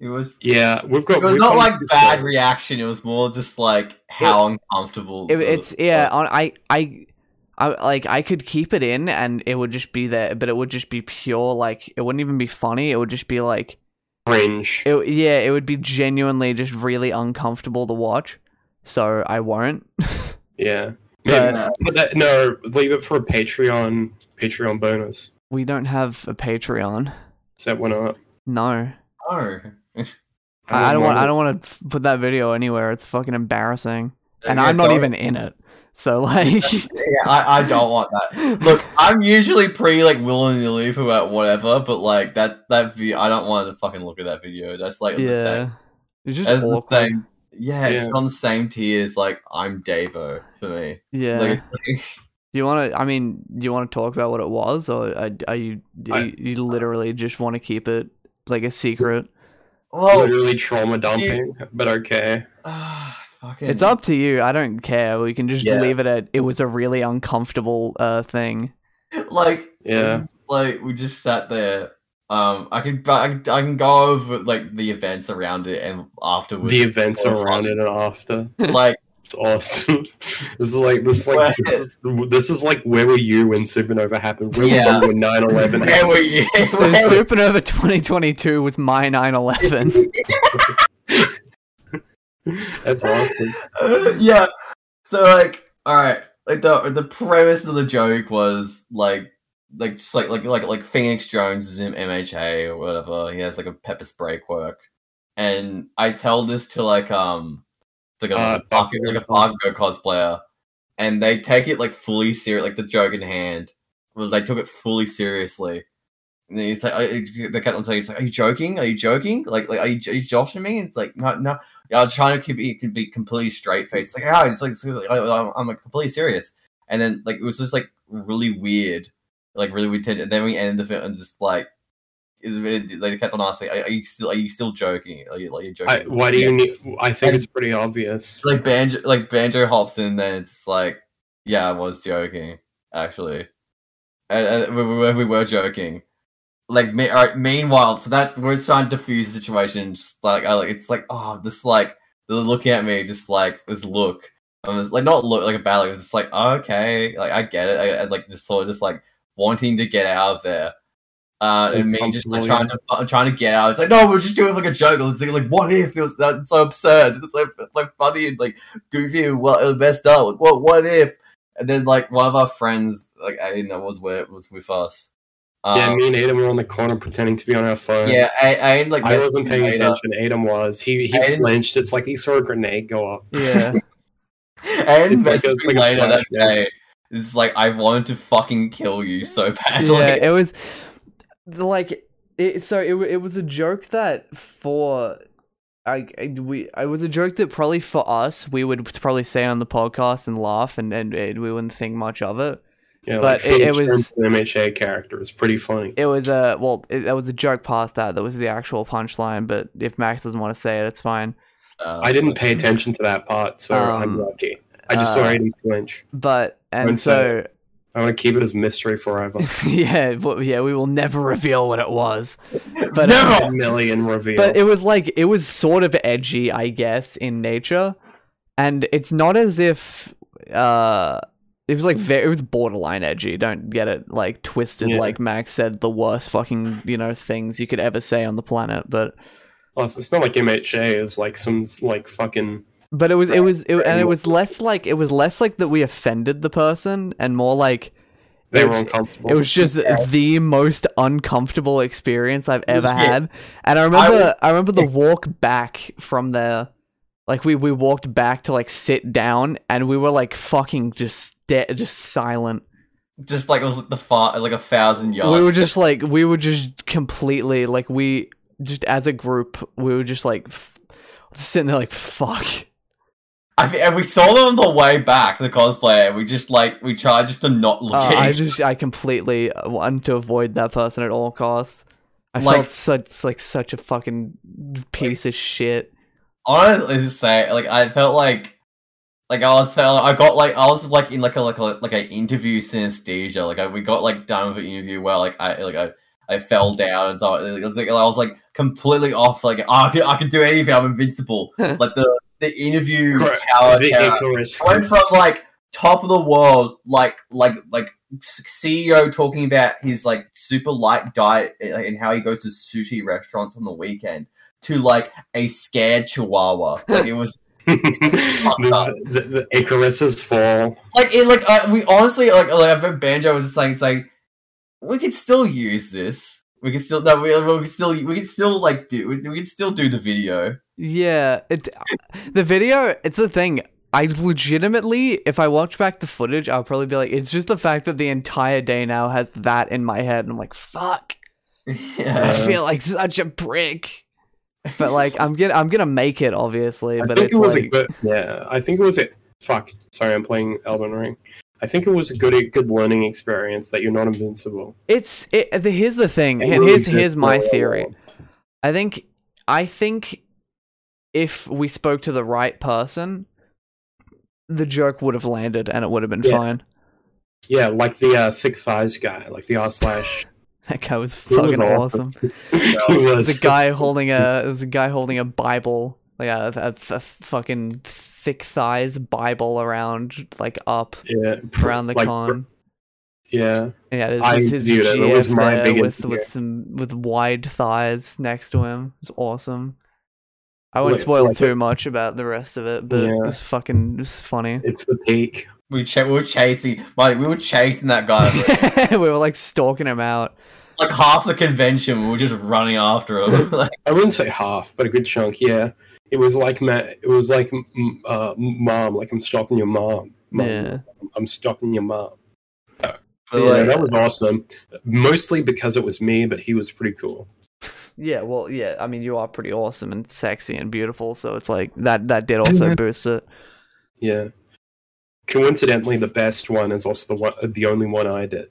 S3: It was
S2: Yeah, we've got.
S3: it was
S2: we've
S3: not
S2: got-
S3: like bad reaction, it was more just like how uncomfortable
S1: It,
S3: the- uh,
S1: it's yeah, on I I. I, like I could keep it in and it would just be there, but it would just be pure. Like it wouldn't even be funny. It would just be like,
S2: cringe.
S1: it, yeah, it would be genuinely just really uncomfortable to watch. So I won't. [laughs]
S2: Yeah.
S1: But-
S2: Maybe- but that, no, leave it for a Patreon Patreon bonus.
S1: we don't have a Patreon.
S2: Set one up.
S1: No,
S3: no.
S1: I, I don't want. I
S2: mind
S1: don't want to put that video anywhere. It's fucking embarrassing, and
S3: Uh, Yeah,
S1: I'm not
S3: don't-
S1: even in it. So like,
S3: Yeah, I, I don't want that. [laughs] Look, I'm usually pretty like willing to leave about whatever, but like that that video, I don't want to fucking look at that video. That's like the
S1: yeah,
S3: same.
S1: it's just
S3: That's the
S1: awkward.
S3: same. Yeah, it's
S2: Yeah.
S3: on the same tier as like I'm Davo for me.
S1: Yeah.
S3: Like,
S1: do you want to? I mean, do you want to talk about what it was, or are, are you, do
S2: I-
S1: you you literally just want to keep it like a secret?
S2: it.
S3: well,
S2: Literally trauma dumping, but okay.
S3: ah, fucking.
S1: It's up to you. I don't care. We can just
S2: Yeah.
S1: leave it at. It was a really uncomfortable uh thing.
S3: Like
S2: Yeah.
S3: We just, like we just sat there. Um, I can I can, I can go over like the events around it and afterwards.
S2: The events
S3: Or-
S2: around it and after.
S3: Like
S2: It's awesome. [laughs] this is like this is like
S3: Where-
S2: this is, this is like where were you when Supernova happened? Where
S3: Yeah.
S2: were you when
S3: [laughs]
S2: 9-11 happened?
S3: where were you?
S1: So
S3: Where were-
S1: Supernova 2022 was my
S3: [laughs]
S1: 9/11.
S2: That's awesome.
S3: [laughs] yeah. So like, all right, like the the premise of the joke was like, like just like like like like Phoenix Jones is in MHA or whatever. He has like a pepper spray quirk, and I tell this to like um, like a
S2: Uh,
S3: Bakugo-
S2: Bakugo
S3: like a Bakugo cosplayer, and they take it like fully serious, like the joke in hand. Well, they took it fully seriously. And then he's like, I- I- they kept on saying, he's like, "Are you joking? Are you joking? Like, like are you, are you joshing me?" And it's like, no, no, yeah, I was trying to keep it could be completely straight faced. Like, ah, it's like, it's like, I, I'm, I'm like completely serious. And then like it was just like really weird, like really weird. tension. And then we ended the film and just like, it, it, like, they kept on asking, are, are you still are you still joking? Are you like you joking?
S2: I, why do you need? I think it's pretty obvious.
S3: like banjo like banjo hops in? Then it's like, yeah, I was joking actually. And, and we, we, we were joking, like me- all right, meanwhile so that we're trying to diffuse the situation just like I, like it's like oh this like they're looking at me just like this look and it's like not look like a bad look it's just like oh, okay like i get it I, I, like just sort of just like wanting to get out of there uh, and me just like trying to I'm trying to get out. It's like no, we're just doing it like a joke. I was thinking like, what if it was that's so absurd? It's like like funny and like goofy and well and messed up. Like what what if? And then like one of our friends, like I didn't know was with was with us. Um,
S2: yeah, me and Adam were on the corner pretending to be on our phones.
S3: yeah, I, I like
S2: I wasn't
S3: messaged
S2: paying
S3: Ada.
S2: attention. Adam was. He he
S3: Aiden-
S2: flinched. It's like he saw a grenade go off.
S1: Yeah.
S3: And
S2: It's like a-
S3: messaged
S2: it's
S3: me
S2: like a
S3: later that
S2: flashback.
S3: day. It's like I wanted to fucking kill you so
S2: [laughs]
S3: badly. [laughs]
S1: yeah, it was like it, so it w- it was a joke that for I, I we it was a joke that probably for us we would probably say on the podcast and laugh and and, and we wouldn't think much of it.
S2: Yeah,
S1: But
S2: like,
S1: it- it
S2: Phoenix
S1: was-
S2: Grim's an MHA character. It's pretty funny.
S1: It was a well, it, that was a joke past that. That was the actual punchline. But if Max doesn't want to say it, it's fine.
S3: Um,
S2: I didn't pay attention to that part, so I'm
S1: Um,
S2: lucky. I just saw
S1: uh,
S2: Aiden flinch.
S1: But and
S2: Don't say
S1: so
S2: I want to keep it as mystery forever.
S1: [laughs] yeah, but, yeah, we will never reveal what it
S2: [laughs]
S1: was. But um,
S3: Never!
S2: A million reveal.
S1: but it was like it was sort of edgy i guess in nature and it's not as if uh it was like very, it was borderline edgy don't get it like twisted
S2: Yeah.
S1: like max said the worst fucking you know things you could ever say on the planet but
S2: Plus, it's not like MHA is like some like fucking.
S1: but it was it was it, and it
S2: Right.
S1: was less like it was less like that we offended the person and more like
S2: They
S1: It
S2: were
S1: was-
S2: uncomfortable.
S1: it was just the most uncomfortable experience I've ever
S3: Yeah.
S1: had. And I remember I remember the walk back from there. Like we we walked back to like sit down and we were like fucking just sta- just silent.
S3: just like it was like the far like a thousand yards.
S1: We were just like we were just completely like we just as a group we were just like f- sitting there like fuck. Uh,
S3: I think, and we saw them on the way back, the cosplayer. We just like we tried just to not look
S2: Oh,
S1: Uh, I
S3: at each
S1: just I completely wanted to avoid that person at all costs. I
S3: Like-
S1: felt such like such a fucking piece of shit.
S3: honestly to say, like I felt like like I was felt I got like I was like in like a like a like a interview synesthesia. Like I, we got like done with an interview where like I like I, I fell down and so it was like I was like completely off. Like "Oh, I could I could do anything. I'm
S2: [laughs]
S3: invincible. like the the interview
S2: Correct.
S3: tower
S2: [laughs] the
S3: tower.
S2: Icarus. [laughs]
S3: I went from like top of the world, like like like s- CEO talking about his like super light diet uh, and how he goes to sushi restaurants on the weekend, to like a scared chihuahua. Like it was [laughs]
S2: the, the, the Icarus's fall.
S3: like it like uh, we honestly like like I think Banjo was just like it's like we could still use this. We can still no, we, we can still we can still like do we, we can still do the video. [laughs]
S1: Yeah, it the video, it's the thing. I legitimately, if I watch back the footage, I'll probably be like, it's just the fact that the entire day now has that in my head. And I'm like, fuck, I
S3: yeah.
S2: Yeah.
S1: feel like such a
S2: [laughs]
S1: prick. But like, I'm gonna, I'm gonna make it, obviously.
S2: I
S1: But
S2: think
S1: it's
S2: it was a
S1: like,
S2: good. Yeah, I think it was a. Fuck. Sorry, I'm playing Elden Ring. I think it was a good, good learning experience that you're not invincible.
S1: it's it. The, here's the thing,
S2: It
S1: and
S2: will
S1: here's
S2: exist
S1: here's my
S2: for a
S1: theory.
S2: while.
S1: I think I think if we spoke to the right person, the joke would have landed and it would have been
S2: Yeah.
S1: fine. [laughs]
S2: Yeah, like the uh, thick thighs guy, like the R slash.
S1: That guy was
S2: He was
S1: fucking awesome.
S2: awesome. [laughs] he was
S1: There's a guy holding a. There's a guy holding a Bible, like a, a, a fucking thick thighs Bible around, like up
S2: yeah, pr-
S1: around the
S2: uh, like,
S1: con.
S2: br- yeah,
S1: yeah, there's,
S2: I
S1: there's his
S2: viewed it, it
S1: GF
S2: was my
S1: there
S2: biggest
S1: with with
S2: fear.
S1: some with wide thighs next to him. It's awesome. I won't
S2: Like-
S1: spoil
S2: like
S1: too
S2: a-
S1: much about the rest of it, but
S2: Yeah.
S1: it was fucking it was funny.
S2: it's the peak.
S3: We ch- we were chasing, like, we were chasing that guy.
S1: [laughs] we were like stalking him out.
S3: like half the convention we were just running after him. like,
S2: I wouldn't say half, but a good chunk. Yeah, it was like ma- It was like mm, uh, mom. Like I'm stalking your mom. Mom,
S1: Yeah.
S2: I'm stalking your mom.
S3: but,
S2: Yeah,
S3: like,
S2: that was awesome. Mostly because it was me, but he was pretty cool.
S1: Yeah, well, yeah. I mean, you are pretty awesome and sexy and beautiful, so it's like that. That did also boost it.
S2: Yeah. Coincidentally, the best one is also the one, the only one I did.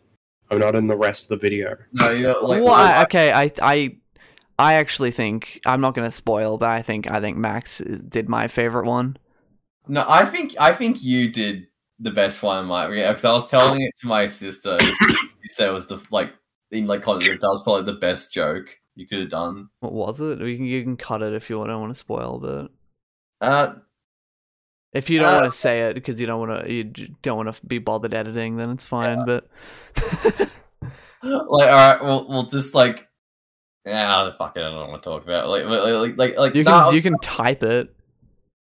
S2: I'm not in the rest of the video.
S3: no, you know, like,
S1: well, I,
S3: like,
S1: okay, I, I, I actually think I'm not gonna spoil, but I think I think Max is- did my favorite one.
S3: no, I think I think you did the best one, Mike. Yeah, because I was telling it to my sister. and She said it was the like it in like content. That was probably the best joke you could have done.
S1: What was it? You can you can cut it if you want. I don't want to spoil, but
S3: Uh, [gasps]
S1: if you don't
S3: Uh,
S1: want to say it because you don't want to, you j- don't want to be bothered editing, then it's fine. But
S3: like all right, we'll, we'll just like yeah, fuck it, I don't want to talk about it. like like like like, like
S1: you can
S3: nah,
S1: you can type it. [laughs]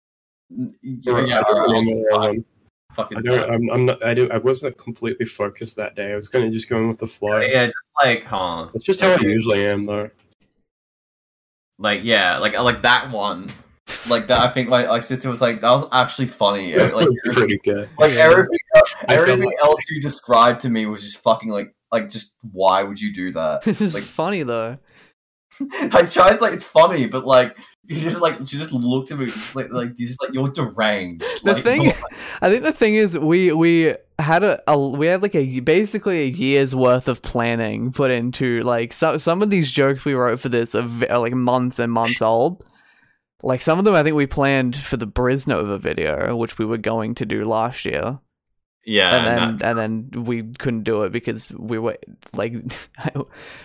S3: yeah,
S2: Or- uh,
S3: yeah,
S2: I don't
S3: all right,
S2: remember,
S3: I'll
S2: um,
S3: fucking
S2: I
S3: do
S2: don't.
S3: it.
S2: I'm, I'm not. I do. I wasn't completely focused that day. I was kind of just going with the flow.
S3: yeah, just like huh.
S2: That's just how I usually am, though.
S3: like yeah, like like that one, like that. I think like like sister was like that was actually funny.
S2: [laughs]
S3: Like
S2: That was
S3: everything,
S2: pretty good.
S3: like
S1: Yeah.
S3: everything,
S2: I feel
S3: everything
S2: like-
S3: else you described to me was just fucking like like just why would you do that? [laughs]
S1: it's
S3: Like-
S1: funny though.
S3: I tried like it's funny, but like you just like she just looked at me just, like like you just like you're deranged.
S1: [laughs] The
S3: like, oh
S1: thing, I think the thing is, we we had a, a we had like a basically a year's worth of planning put into like so, some of these jokes we wrote for this are, ve- are like months and months old. Like some of them, I think we planned for the Brisnova video, which we were going to do last year.
S3: yeah,
S1: and then and then we couldn't do it because we were like [laughs] I,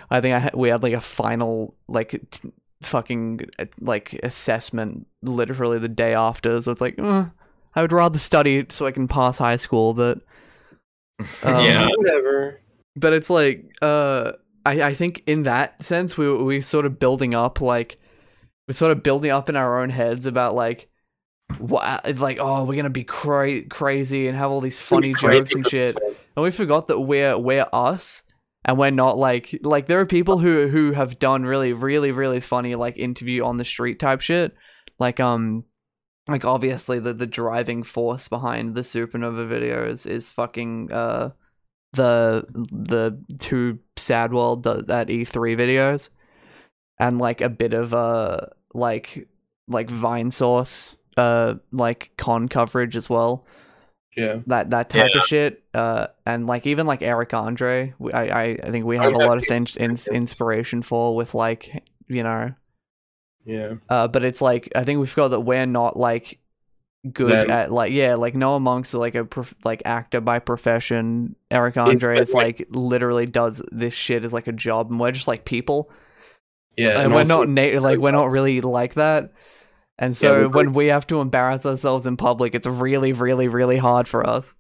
S1: I think I had, we had like a final like t- fucking uh, like assessment literally the day after so it's like "Uh, I would rather study so I can pass high school but um,
S3: [laughs] Yeah.
S2: Whatever.
S1: but it's like uh I, I think in that sense we we sort of building up like we're sort of building up in our own heads about like what it's like oh we're gonna be cra- crazy and have all these funny
S2: Crazy
S1: jokes and
S2: to
S1: shit
S2: say.
S1: and we forgot that we're we're us and we're not like like there are people who who have done really really really funny like interview on the street type shit like um like obviously the the driving force behind the supernova videos is fucking uh the the two sad world the, that e3 videos and like a bit of uh like like vine source uh like con coverage as well
S2: Yeah.
S1: that that type of shit. Uh, and like even like Eric Andre, we, I, I I think we have a
S2: Oh, yeah,
S1: lot of
S2: he's-
S1: things in, inspiration for with like you know.
S2: Yeah.
S1: Uh, but it's like I think we forgot that we're not like good
S2: Them.
S1: at like yeah like Noah Monk's like a prof- like actor by profession. Eric
S2: He's-
S1: Andre is
S2: that's like-
S1: like literally does this shit as like a job, and we're just like people
S2: Yeah.
S1: and,
S2: and
S1: we're
S2: also-
S1: not na- like we're not really like that. And so
S2: we're
S1: when we have to embarrass ourselves in public, it's really, really, really hard for us.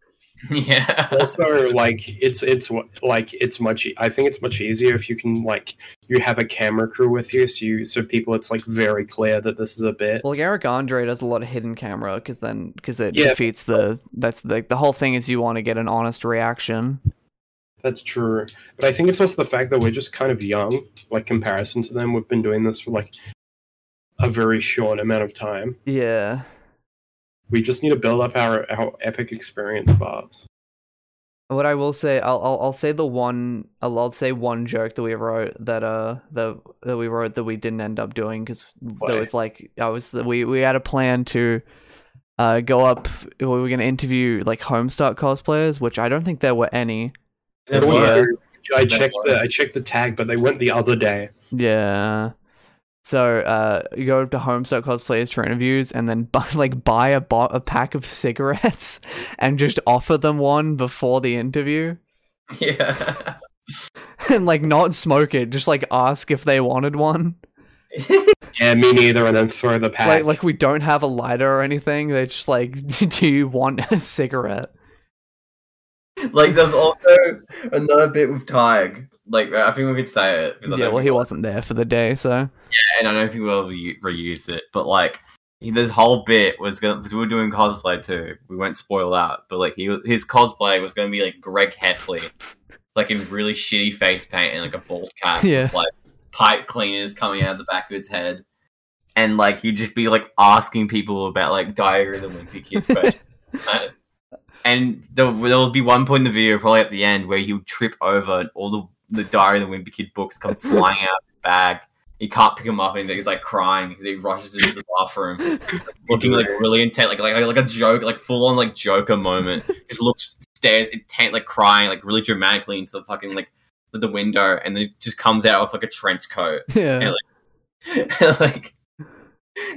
S3: yeah,
S2: also like it's it's wh- like it's much e- i think it's much easier if you can like you have a camera crew with you so you so people it's like very clear that this is a bit
S1: Well, like Eric Andre does a lot of hidden camera because then because it
S2: Yeah.
S1: defeats the that's like the whole thing is you want to get an honest reaction.
S2: that's true but i think it's also the fact that we're just kind of young like comparison to them we've been doing this for like a very short amount of time
S1: Yeah,
S2: we just need to build up our, our epic experience bars
S1: what I will say, I'll I'll, I'll say the one I'll, I'll say one joke that we wrote that uh that that we wrote that we didn't end up doing because there
S2: Why?
S1: was like I was we we had a plan to uh go up we were gonna interview like Homestuck cosplayers which I don't think there were any.
S3: There
S2: I
S1: Yeah.
S3: were.
S2: wonder- i
S3: There
S2: checked
S3: were.
S2: the i checked the tag but they went the other day
S1: Yeah. So uh, you go to Homestuck cosplayers for interviews, and then bu- [laughs] like buy a bo- a pack of cigarettes, [laughs] and just offer them one before the interview,
S3: [laughs]
S1: [laughs]
S3: yeah. [laughs]
S1: and like not smoke it, just like ask if they wanted one.
S2: yeah me neither and then throw the pack
S1: Like like we don't have a lighter or anything. They're just like, [laughs] do you want a cigarette?
S3: like there's also another bit with Tig. Like I think we could say it. 'cause I
S1: Yeah.
S3: don't
S1: Well, he
S3: think-
S1: wasn't there for the day, so
S3: and I don't think we'll ever u- reuse it. But like he- this whole bit was gonna because we were doing cosplay too. We won't spoil that, but like he was- his cosplay was gonna be like Greg Heffley, like in really shitty face paint and like a bald cap,
S1: Yeah.
S3: with, like pipe cleaners coming out of the back of his head. And like he'd just be like asking people about like diarrhea and wimpy kid first. And there, there will be one point in the video, probably at the end, where he would trip over and all the, the Diary of the Wimpy Kid books come flying out of his bag. He can't pick him up and he's like crying because he rushes into the [laughs] bathroom, looking like really intent, like, like like a joke, like full on like Joker [laughs] moment. Just looks, stares intent, like crying, like really dramatically into the fucking like the, the window, and then just comes out with like a trench coat.
S1: [laughs]
S3: [laughs]
S1: yeah.
S3: And, like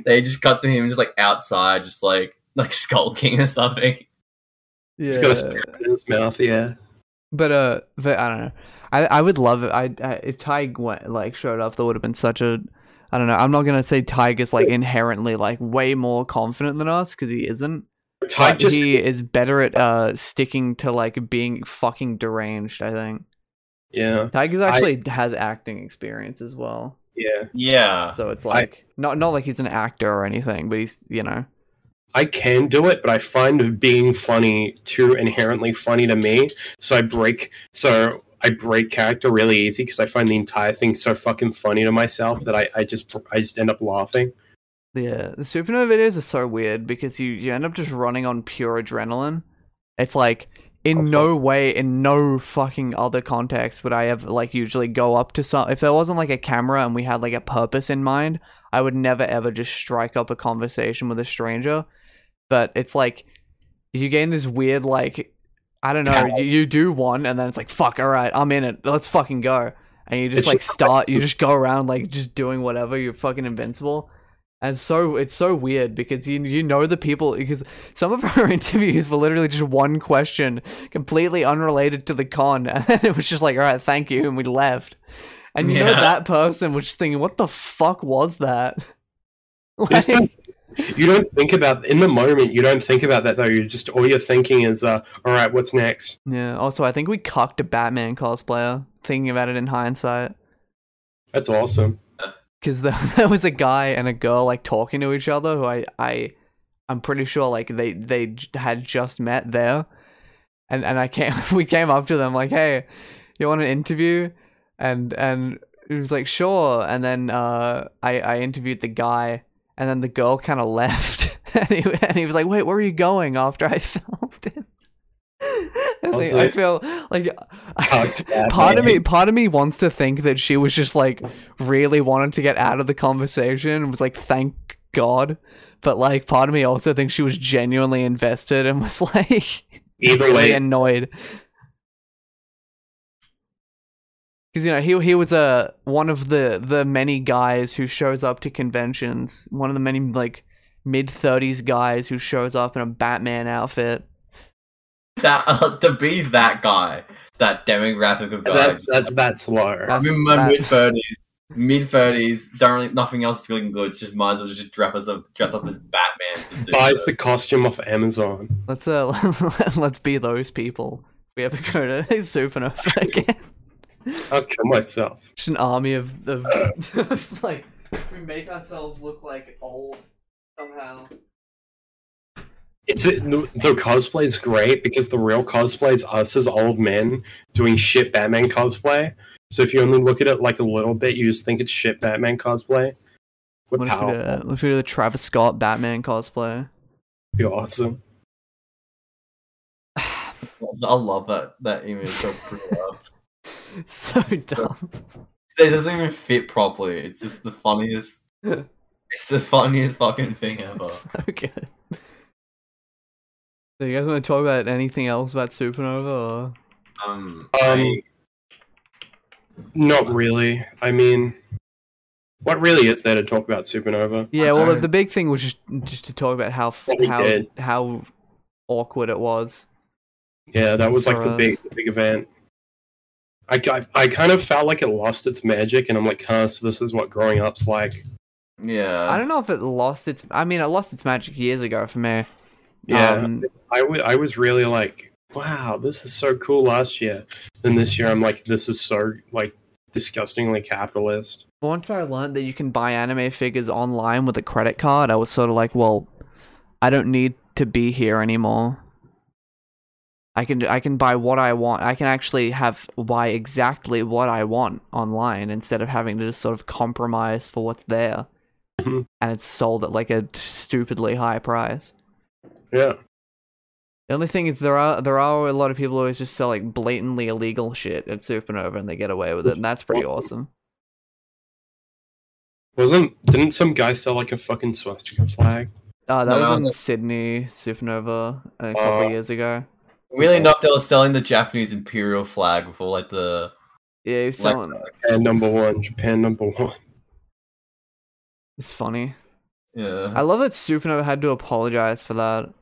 S3: they just cut to him just like outside, just like like skulking or something.
S1: Yeah.
S2: It's got a cigarette in his mouth yeah
S1: But uh, but I don't know. I, I would love it. I, I if Tig went, like showed up, that would have been such a. I don't know. I'm not gonna say Tig is like inherently like way more confident than us because he isn't.
S2: Ty
S1: but
S2: just
S1: he is better at uh sticking to like being fucking deranged. I think
S2: yeah
S1: Tig actually has acting experience as well,
S2: yeah.
S3: Yeah.
S1: so it's like not not like he's an actor or anything, but he's you know
S2: I can do it, but I find being funny too inherently funny to me. So I break so I break character really easy because I find the entire thing so fucking funny to myself that I, I just I just end up laughing.
S1: Yeah, the supernova videos are so weird because you, you end up just running on pure adrenaline. It's like in
S2: Oh, fuck.
S1: no way, in no fucking other context would I have like usually go up to some. If there wasn't like a camera and we had like a purpose in mind, I would never ever just strike up a conversation with a stranger. But it's like you gain this weird like I don't know. You, you do one and then it's like fuck. All right, I'm in it. Let's fucking go. And you just
S2: It's
S1: like
S2: just-
S1: start. You just go around like just doing whatever. You're fucking invincible. And so it's so weird because you you know the people because some of our [laughs] interviews were literally just one question, completely unrelated to the con, [laughs] and then it was just like, all right, thank you, and we left. And you know
S3: Yeah.
S1: that person was just thinking, what the fuck was that? [laughs] Like- [laughs]
S2: It's not- you don't think about in the moment. You don't think about that though. You just all you're thinking is, uh, all right, what's next?
S1: yeah. Also, I think we cucked a Batman cosplayer. Thinking about it in hindsight,
S2: That's awesome.
S1: because there, [laughs] there was a guy and a girl like talking to each other who I I I'm pretty sure like they they j- had just met there, and and I came [laughs] we came up to them like hey, you want an interview, and and it was like sure, and then uh I I interviewed the guy, and then the girl kind of [laughs] left, and he and he was like wait where are you going after I [laughs] filmed it. I, was like, I
S2: Also-
S1: feel like [laughs]
S2: Cucked Batman.
S1: part of me part of me wants to think that she was just like really wanted to get out of the conversation and was like thank god but like part of me also thinks she was genuinely invested and was [laughs] like [laughs]
S2: Either
S1: really
S2: way,
S1: annoyed because you know he he was a one of the the many guys who shows up to conventions one of the many like mid 30s guys who shows up in a batman outfit
S3: That [laughs] to be that guy, that demographic of guys.
S2: that's that's that's low.
S1: That's-
S3: I'm in my
S1: that-
S3: mid thirties. Mid thirties, don't really nothing else feeling good. Just might as well just dress us up, dress up as Batman. for super.
S2: Buys the costume off Amazon.
S1: Let's uh, [laughs] let's be those people. We ever go to [laughs] Supernova again.
S2: I'll kill myself.
S1: Just an army of, of, of, [laughs] like we make ourselves look like old somehow.
S2: It's it, the, the cosplay's great because the real cosplay's us as old men doing shit Batman cosplay. So if you only look at it like a little bit, you just think it's shit Batman cosplay. We're
S1: What if we,
S2: powerful.
S1: do, what if we do the Travis Scott Batman cosplay? [laughs]
S2: Be awesome.
S3: I love that that image. So pretty up.
S1: so
S3: Just, uh,
S1: dumb. [laughs]
S3: It doesn't even fit properly. It's just the funniest. It's the funniest fucking thing ever.
S1: so good. So you guys want to talk about anything else about Supernova? Or?
S3: Um,
S2: Um, not really. I mean, what really is there to talk about Supernova?
S1: Yeah, well, the,
S3: know.
S1: the big thing was just just to talk about how f-
S2: What we
S1: how
S2: did.
S1: how awkward it was.
S2: Yeah, that was like
S1: For
S2: the
S1: us.
S2: big, the big event. I, I, I kind of felt like it lost its magic, and I'm like, huh, so this is what growing up's like.
S3: yeah.
S1: I don't know if it lost its. I mean, it lost its magic years ago for me.
S2: Yeah.
S1: Um,
S2: Uh, I wa- I was really like, wow, this is so cool last year. Then this year, I'm like, this is so like disgustingly capitalist.
S1: once I learned that you can buy anime figures online with a credit card, I was sort of like, well, I don't need to be here anymore. I can I can buy what I want. I can actually have buy exactly what I want online instead of having to just sort of compromise for what's there.
S2: Mhm.
S1: And it's sold at like a stupidly high price.
S2: Yeah,
S1: The only thing is there are there are a lot of people who always just sell like blatantly illegal shit at Supernova and they get away with it, and that's pretty awesome.
S2: wasn't didn't some guy sell like a fucking swastika flag?
S1: Uh, that
S3: No,
S1: was
S3: no,
S1: in
S3: no.
S1: Sydney Supernova a couple
S2: Uh,
S1: years ago.
S3: Weirdly enough, they were selling the Japanese imperial flag before, like the
S1: Yeah, he was
S3: like-
S1: selling.
S2: Japan number one, Japan number one.
S1: It's funny.
S3: yeah.
S1: I love that Supernova had to apologize for that.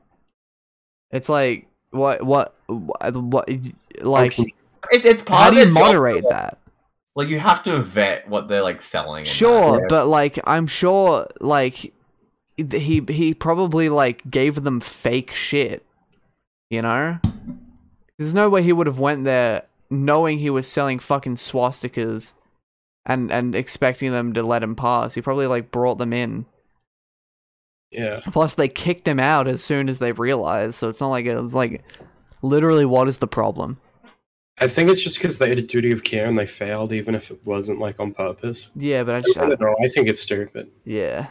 S1: It's like what what what, what like
S2: Okay.
S3: it's it's part
S1: How
S3: of
S1: do you
S3: their job.
S1: moderate that?
S3: Like you have to vet what they're like selling. and that.
S1: Sure, but like I'm sure like th- he he probably like gave them fake shit. You know? There's no way he would have went there knowing he was selling fucking swastikas and and expecting them to let him pass. He probably like brought them in.
S2: Yeah.
S1: Plus they kicked him out as soon as they realized, so it's not like it's like literally what is the problem?
S2: I think it's just because they had a duty of care and they failed, even if it wasn't like on purpose.
S1: Yeah, but I
S2: I
S1: just I-
S2: don't know. I think it's stupid.
S1: yeah.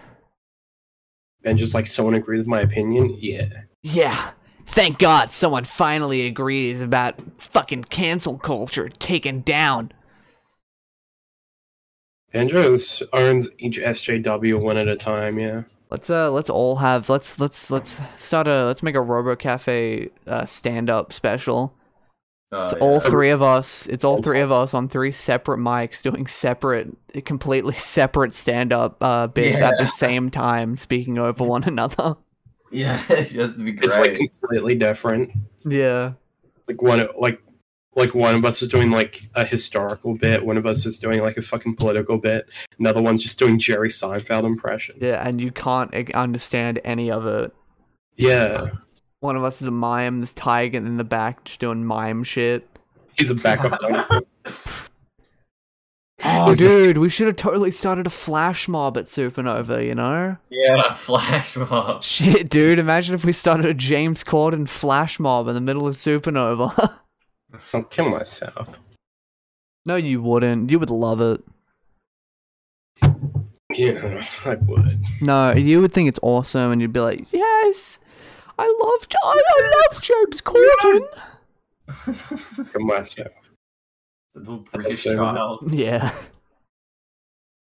S2: And just like someone agreed with my opinion, yeah.
S1: Yeah. Thank God someone finally agrees about fucking cancel culture taken down.
S2: Andrews owns each SJW one at a time, yeah.
S1: Let's uh let's all have let's let's let's start a let's make a Robo Cafe uh stand up special.
S3: Uh,
S1: It's
S3: yeah.
S1: all three of us. It's Oh, all
S2: That's
S1: three of us on three separate mics doing separate completely [laughs] separate stand up uh bits at the same time speaking over one another.
S3: Yeah, [laughs] that'd be great.
S2: It's like completely different.
S1: Yeah.
S2: Like one like like one of us is doing like a historical bit, one of us is doing like a fucking political bit, another one's just doing Jerry Seinfeld impressions.
S1: Yeah, and you can't eh, understand any of it.
S2: Yeah.
S1: One of us is a mime, this tiger in the back just doing mime shit.
S2: He's a backup [laughs] dancer.
S1: Oh,
S2: He's-
S1: dude, we should have totally started a flash mob at Supernova, you know?
S3: yeah, [laughs] flash mob.
S1: Shit, dude, imagine if we started a James Corden flash mob in the middle of Supernova. [laughs]
S2: I'll kill myself.
S1: no, you wouldn't. You would love it.
S2: Yeah, I would.
S1: No, you would think it's awesome and you'd be like, yes, I love, J- I, I love James Corden.
S2: Kill myself.
S3: The little British
S2: so-
S3: child.
S1: Yeah.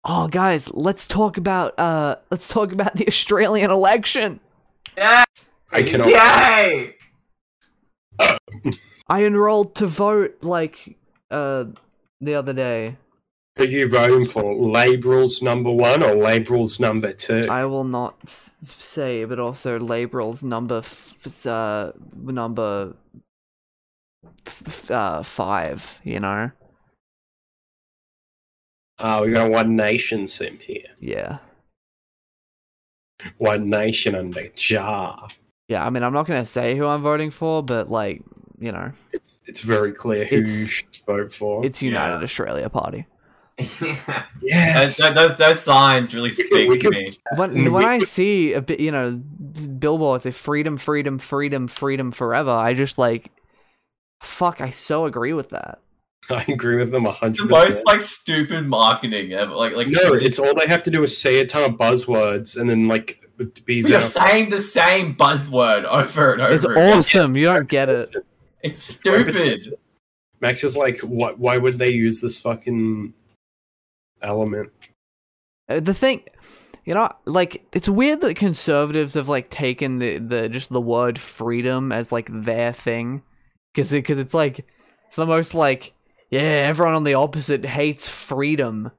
S1: Oh, guys, let's talk about, uh, let's talk about the Australian election.
S3: Yeah.
S2: I cannot
S3: Yay!
S1: I enrolled to vote, like, uh, the other day.
S2: Are you voting for Laborals number one or Laborals number two?
S1: I will not s- say, but also Labrel's number, f- f- uh, number f- f- uh, five. You know,
S2: Ah, we got one nation simp here.
S1: yeah,
S2: One nation under jar.
S1: yeah. I mean, I'm not gonna say who I'm voting for, but like, you know,
S2: It's it's very clear who you
S1: It's-
S2: should vote for.
S1: it's United
S3: Oh, Yeah.
S1: Australia Party.
S2: yeah.
S3: That- that- those, those signs really speak to me.
S1: When
S2: Mm,
S1: when
S2: we-
S1: I see a bit, you know, billboards say freedom, freedom, freedom, freedom forever, I just like, fuck, I so agree with that.
S2: [laughs] I agree with them
S3: The
S2: hundred
S3: most
S2: percent.
S3: like stupid marketing ever. Like like
S2: No, it's all they have to do is say a ton of buzzwords and then like it bees
S3: we are
S2: out.
S3: saying the same buzzword over and over.
S1: It's
S3: again.
S1: awesome. You don't get it.
S3: It's stupid.
S2: Max is like, what? Why would they use this fucking element?
S1: Uh, the thing you know like it's weird that conservatives have like taken the, the just the word freedom as like their thing because because it's like it's the most like yeah everyone on the opposite hates freedom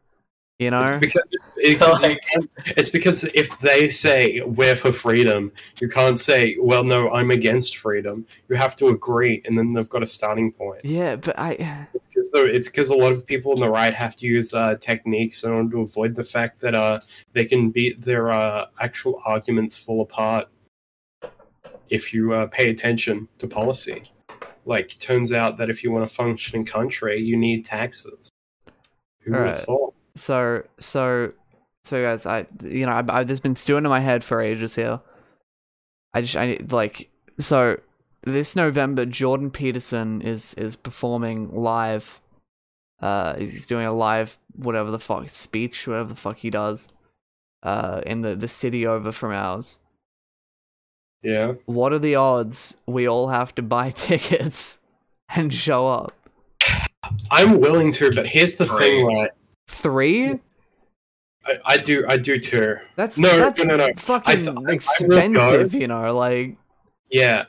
S1: you know
S2: It's because it, it's,
S3: Like-
S2: it's because if they say we're for freedom, you can't say, well, no, I'm against freedom. You have to agree, and then they've got a starting point.
S1: yeah but i
S2: It's because it's because a lot of people on the right have to use uh, techniques in order to avoid the fact that uh, they can be their uh, actual arguments fall apart if you uh, pay attention to policy. Like, turns out that if you want a functioning country, you need taxes. Who would
S1: Right.
S2: have thought?
S1: so so so guys i you know I, I, there's been stewing in my head for ages here i just i need- like so this november jordan peterson is is performing live uh he's doing a live whatever the fuck speech whatever the fuck he does uh in the the city over from ours
S2: Yeah,
S1: what are the odds we all have to buy [laughs] tickets and show up
S2: I'm willing to, but here's the thing:
S3: Brave.
S2: right,
S1: three
S2: I, I do, I do too.
S1: that's
S2: No,
S1: that's
S2: no, no, no. I
S1: fucking
S2: I- I will go.
S1: expensive you know like
S2: Yeah,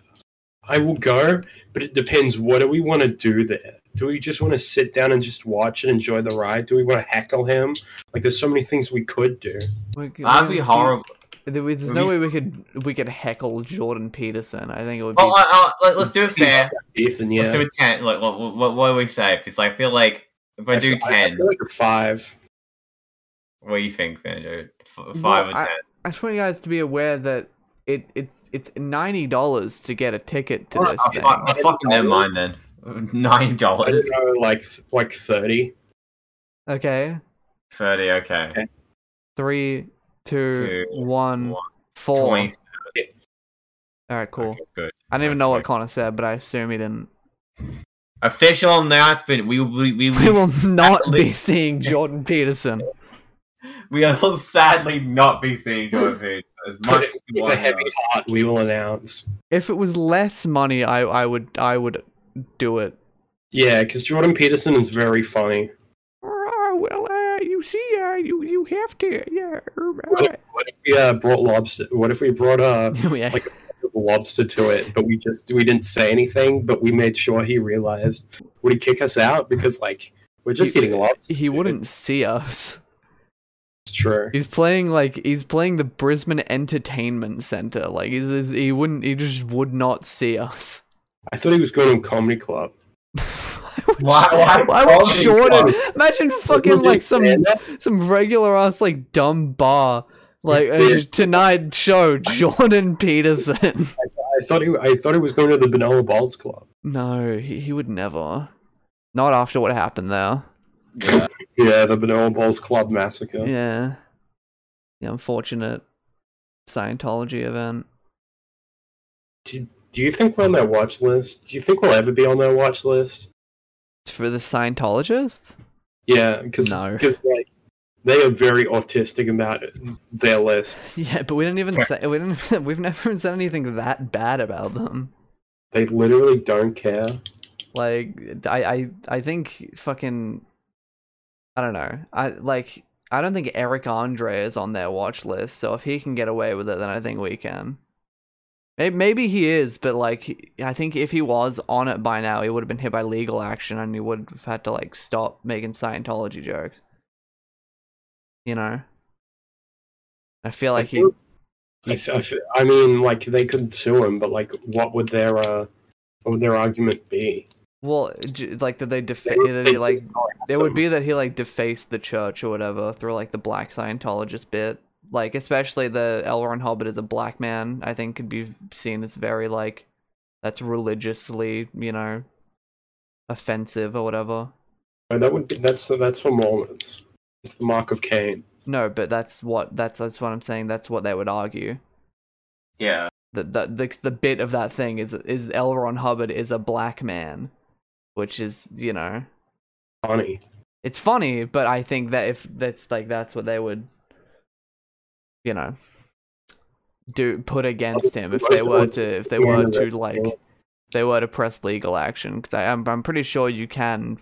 S2: I will go, but it depends. What do we want to do there? Do we just want to sit down and just watch and enjoy the ride? Do we want to heckle him? Like, there's so many things we could do.
S1: We're g- we're
S3: That'd be
S1: gonna see-
S3: horrible.
S1: There was- There's
S3: Would
S1: no
S3: be-
S1: way we could we could heckle Jordan Peterson. I think it would be
S3: Well, I, I, let, let's do it fair.
S2: Ethan, yeah.
S3: Let's do a ten. Like, what, what, what do we say? Because I feel like if I, do
S2: feel- I,
S3: ten,
S2: feel like a five.
S3: what do you think, Banjo? F-
S1: No,
S3: five or
S1: I-
S3: ten?
S1: I just want you guys to be aware that it it's it's ninety dollars to get a ticket to
S2: Well,
S1: this
S3: I,
S1: thing.
S3: I, fucking oh, never mind then. [laughs] Nine
S2: I don't
S3: dollars,
S2: know, like like thirty.
S1: Okay,
S3: thirty. Okay,
S1: three, two,
S3: Two,
S1: one,
S3: one,
S1: four.
S3: twenty.
S1: All right, cool.
S3: Okay, good.
S1: I don't even
S3: That's
S1: know what
S3: like-
S1: Connor said, but I assume he didn't.
S3: Official announcement: We will
S1: [laughs]
S2: [laughs]
S3: be, we,
S1: We will
S3: will,
S1: not be
S3: [laughs]
S1: seeing Jordan Peterson.
S3: we will sadly not be seeing Jordan Peterson as much. as we
S2: With a
S3: want
S2: heavy
S3: to.
S2: heart, we will announce.
S1: If it was less money, I I would I would do it.
S2: Yeah, because Jordan Peterson is very funny.
S1: Oh, well, uh, you see, uh, you you have to, yeah.
S2: What if, what if we uh, brought lobster? What if we brought uh,
S1: [laughs] yeah.
S2: Like- lobster to it, but we just we didn't say anything, but we made sure he realized. Would he kick us out because like we're just
S1: He-
S2: eating lobster?
S1: He
S2: dude.
S1: wouldn't see us.
S2: It's true.
S1: He's playing like he's playing the Brisbane Entertainment Center. Like he's, he's he wouldn't he just would not see us.
S2: I thought he was going to a comedy club.
S1: why would,
S3: [laughs] Why- why-
S1: why would
S3: why-
S1: Jordan? [laughs] Imagine fucking
S2: People
S1: like
S2: just stand
S1: some
S2: up.
S1: some regular ass like dumb bar like uh, just tonight show Jordan Peterson. [laughs]
S2: I thought he I thought he was going to the Banana Balls Club.
S1: no, he, he would never. Not after what happened there.
S3: Yeah.
S2: Yeah, the Banana Balls Club massacre.
S1: Yeah. The unfortunate Scientology event.
S2: Do you think we're on their watch list? Do you think we'll ever be on their watch list?
S1: For the Scientologists?
S2: Yeah, because
S1: No.
S2: like they are very autistic about it, their lists.
S1: [laughs] Yeah, but we didn't even say we didn't. [laughs] We've never said anything that bad about them.
S2: They literally don't care.
S1: Like I, I, I think fucking, I don't know. I like I don't think Eric Andre is on their watch list. So if he can get away with it, then I think we can. Maybe, maybe he is, but like I think if he was on it by now, he would have been hit by legal action, and he would have had to like stop making Scientology jokes. You know. I feel like
S2: I
S1: he.
S2: think- I f- I f- I mean, like they could sue him, but like, what would their uh, what would their argument be?
S1: Well, j- like that they
S2: They
S1: defa-
S2: would
S1: that
S2: think
S1: he like
S2: it's not
S1: there would
S2: awesome.
S1: be that he like defaced the church or whatever through like the black Scientologist bit. Like especially the L. Ron Hubbard as a black man, I think could be seen as very like that's religiously, you know, offensive or whatever.
S2: Oh, that would be that's that's for Mormons. It's the mark of Cain.
S1: No, but that's what that's that's what I'm saying. That's what they would argue.
S3: yeah.
S1: That that the, the bit of that thing is is L. Ron Hubbard is a black man, which is you know
S2: Funny.
S1: it's funny, but I think that if that's like that's what they would, you know, do put against him if they were to if they were to like they were to press legal action because I'm I'm pretty sure you can,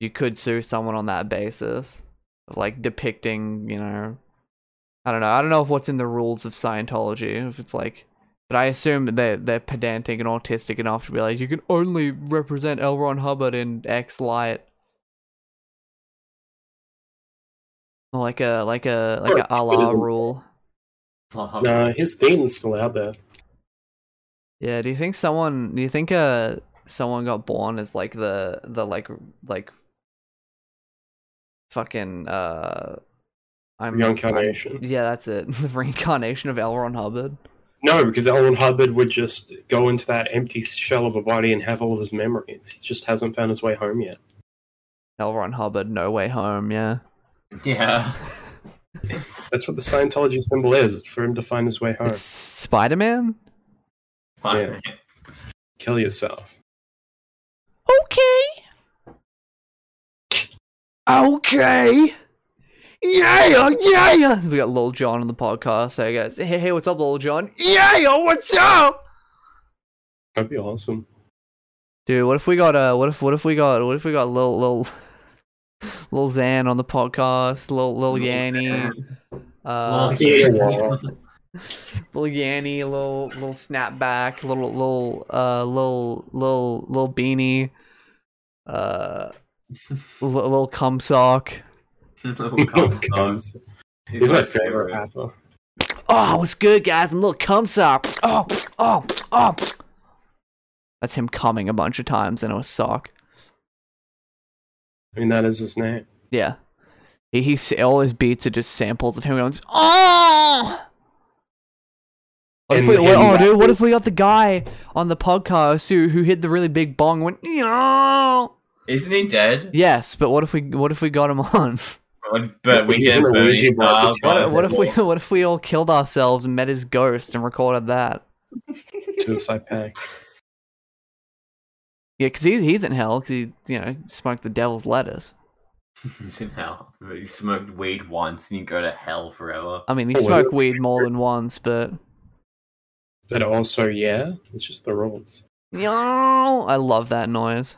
S1: you could sue someone on that basis, of, like depicting you know, I don't know I don't know if what's in the rules of Scientology if it's like. But I assume that they're, they're pedantic and autistic enough to be like, you can only represent L. Ron Hubbard in X light. Like a like a like a
S2: Sure, it
S1: Allah
S2: isn't-
S1: rule.
S2: No, his theme's still out there.
S1: Yeah. Do you think someone? Do you think uh someone got born as like the the like like fucking uh I'm I'm-
S2: Reincarnation.
S1: yeah, that's it. [laughs] The reincarnation of L. Ron Hubbard.
S2: No, because Elwin Hubbard would just go into that empty shell of a body and have all of his memories. He just hasn't found his way home yet.
S1: L. Ron Hubbard, No Way Home. Yeah.
S3: Yeah.
S2: That's what the Scientology symbol is. It's for him to find his way home.
S1: It's Spider Man.
S3: Fine.
S2: Uh, Kill yourself.
S1: Okay. Okay. Yeah, yeah. We got Lil John on the podcast. Hey guys, hey, hey, what's up, Lil John? Yeah, yo, what's up?
S2: That'd be awesome.
S1: Dude, what if we got uh, what if what if we got what if we got Lil Lil [laughs] Lil Zan on the podcast? Lil Lil Yanny, uh,
S2: yeah,
S3: [laughs]
S1: Lil Yanny, Lil Lil Snapback, Lil Lil uh Lil Lil Lil Beanie, uh Lil, Lil Cumsock.
S2: [laughs] Comes. He's my favorite rapper.
S1: oh, what's good, guys? I'm a little cumsar. Oh, oh, oh. That's him coming a bunch of times in a sock.
S2: I mean, that is his name.
S1: Yeah. He, he s- all his beats are just samples of him going, oh! What if
S2: And-
S1: we, what-
S2: and
S1: oh, dude, what
S2: rappers-
S1: if we got the guy on the podcast who who hit the really big bong and went, "Meow."
S3: Isn't he dead?
S1: yes, but what if we what if we got him [laughs] on?
S3: But- But we
S2: He's
S3: get
S2: in a
S3: Bernie
S2: Ouija board
S3: Styles.
S2: with
S3: guys.
S2: That's
S1: what if we what if we all killed ourselves and met his ghost and recorded that?
S2: Suicide Pact.
S1: Yeah, because he's he's in hell because he you know smoked the devil's lettuce.
S3: He's [laughs] in hell. He smoked weed once and you go to hell forever.
S1: I mean, he
S2: Oh, well.
S1: smoked weed more than once, but
S2: But also, yeah, it's just the rules.
S1: Meow. I love that noise.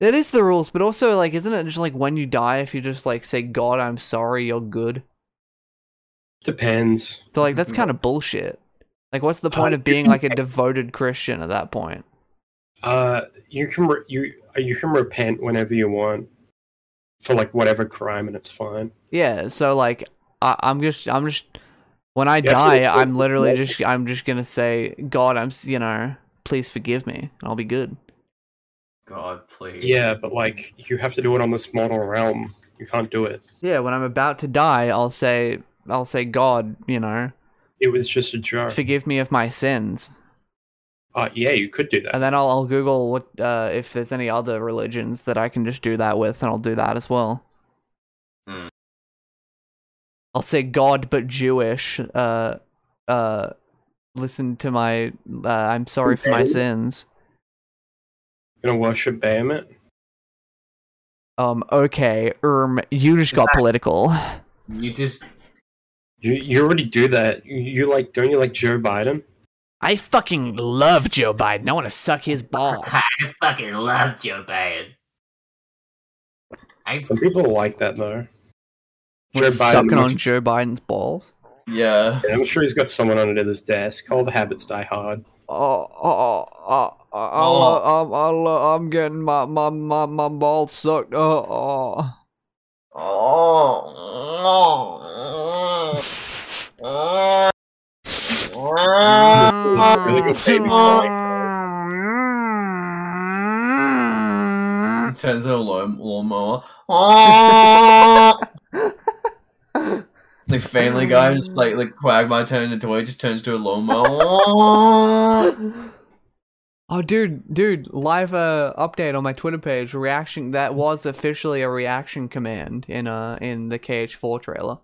S1: That is the rules, but also like, isn't it just like when you die, if you just like say God, I'm sorry, you're good.
S2: Depends.
S1: So like, that's kind of bullshit. Like, what's the
S2: Uh,
S1: point of
S2: you
S1: being
S2: can-
S1: like a [laughs] devoted Christian at that point?
S2: Uh, you can re- you uh, you can repent whenever you want for like whatever crime, and it's fine.
S1: Yeah. So like, I, I'm just, I'm just, when I
S2: Yeah,
S1: die,
S2: it's- it's-
S1: I'm literally
S2: it's-
S1: just, I'm just gonna say, God, I'm, s- you know, please forgive me, and I'll be good.
S3: God, please.
S2: Yeah, but like you have to do it on this model realm. You can't do it.
S1: Yeah. When I'm about to die, I'll say, I'll say, God, you know,
S2: It was just a joke.
S1: forgive me of my sins.
S2: Uh, yeah, you could do that.
S1: And then I'll, I'll Google what uh, if there's any other religions that I can just do that with, and I'll do that as well.
S3: Hmm.
S1: I'll say God, but Jewish. Uh, uh, listen to my. Uh, I'm sorry for my
S2: Okay.
S1: sins.
S2: You're gonna worship Bahamut.
S1: Um. Okay. Um. You just got political.
S3: You just
S2: You you already do that. You, you like don't you like Joe Biden?
S1: I fucking love Joe Biden. I want to suck [laughs] his balls.
S3: [laughs] I fucking love Joe Biden. I
S2: Some people like that though. Joe
S1: We're sucking
S2: Biden.
S1: on Joe Biden's balls.
S3: yeah.
S2: I'm sure he's got someone under this desk called Habits Die Hard.
S1: oh, oh, oh, oh, oh, I'm, I'm, I'm getting my, my, my, my balls sucked. Oh, oh.
S3: Oh.
S2: Really good baby
S3: Turns out a lawn- lawnmower. Oh. It's like Family Guy, just like like Quagmire turns into toy, just turns to a lawnmower. Oh.
S1: Oh, dude, dude, live uh, update on my Twitter page. Reaction that was officially a reaction command in uh in the KH4 trailer.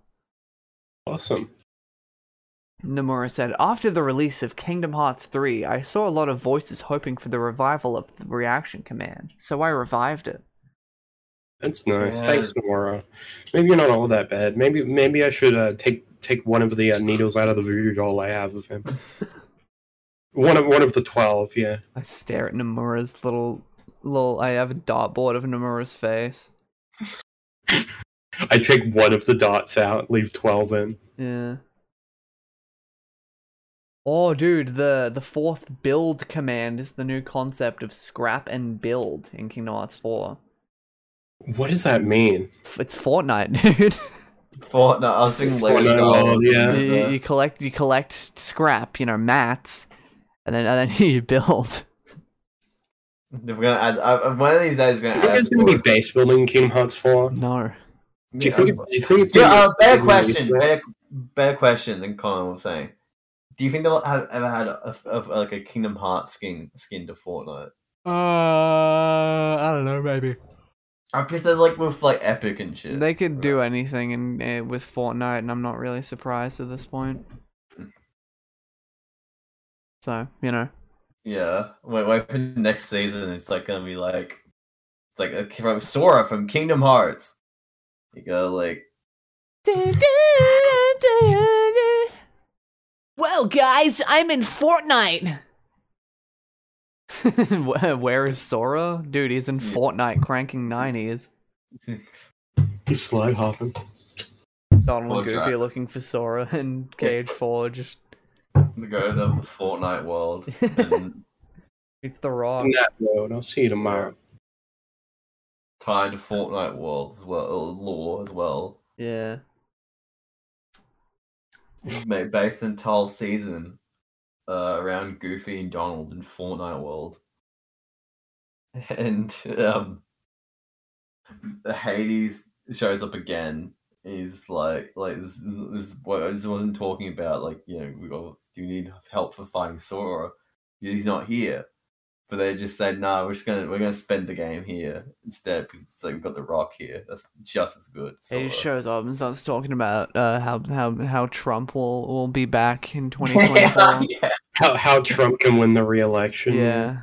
S2: Awesome.
S1: Nomura said, After the release of Kingdom Hearts 3, I saw a lot of voices hoping for the revival of the reaction command, so I revived it.
S2: That's nice.
S3: Yeah.
S2: Thanks, Nora. Maybe you're not all that bad. Maybe maybe I should uh, take take one of the uh, needles out of the voodoo doll I have
S3: [laughs]
S2: of him. one of one of the twelve. Yeah.
S1: I stare at Nomura's little. little. I have a dartboard of Nomura's face.
S2: I take one of the dots out, leave twelve in.
S1: Yeah. Oh, dude, the, the fourth build command is the new concept of scrap and build in Kingdom Hearts 4.
S2: What does that mean?
S1: F- It's Fortnite, [laughs] dude.
S3: Fortnite. I was thinking Lego
S2: Fortnite
S3: Star Wars.
S2: world, yeah.
S1: you, you-
S3: Yeah.
S1: you collect you collect scrap, you know, mats, and then and then [laughs] you build.
S3: We're gonna add. I, I- one of these days, is gonna
S2: Do you think
S3: add.
S2: it's going to be
S3: more-
S2: base building in Kingdom Hearts Four? Do
S1: No.
S2: you think? it- Do you think it's
S3: Yeah,
S2: gonna
S3: uh,
S2: be-
S3: better question. Better, better question than Colin was saying. Do you think they'll have ever had a, a, a- like a Kingdom Hearts skin skin to Fortnite?
S1: Uh, I don't know, maybe.
S3: I guess they're like with like Epic and shit.
S1: They could do anything in, uh, with Fortnite, and I'm not really surprised at this point. So, you know. [laughs]
S3: Yeah. Wait, wait for next season. It's like gonna be like, it's like a, from Sora from Kingdom Hearts. You go like,
S1: Well, guys, I'm in Fortnite. Where- Where is Sora? Dude, he's in
S3: Yeah.
S1: Fortnite cranking 90s.
S2: He's slow hopping.
S1: Donald
S3: Well,
S1: and Goofy
S3: Jack-
S1: are looking for Sora, [laughs] and Cage 4 just. [laughs]
S3: go to the Fortnite world. And
S1: It's the
S3: Uh,
S1: rock.
S2: On that road, I'll see you tomorrow.
S3: tied to Fortnite world as well, or lore as well.
S1: Yeah.
S3: [laughs] made based on Toll season uh, around Goofy and Donald in Fortnite World, [laughs] and um, Hades shows up again. Is like like this is, this is what I just wasn't talking about. Like you know, we all, do you need help for fighting Sora? He's not here. But they just said, "No, we're just gonna we're gonna spend the game here instead because it's like we've got the Rock here. That's just as good."
S1: He
S3: Sora."
S1: shows up and starts talking about uh, how how how Trump will will be back
S3: [laughs]
S1: in 2024.
S3: yeah.
S2: How how Trump can win the re-election?
S1: yeah.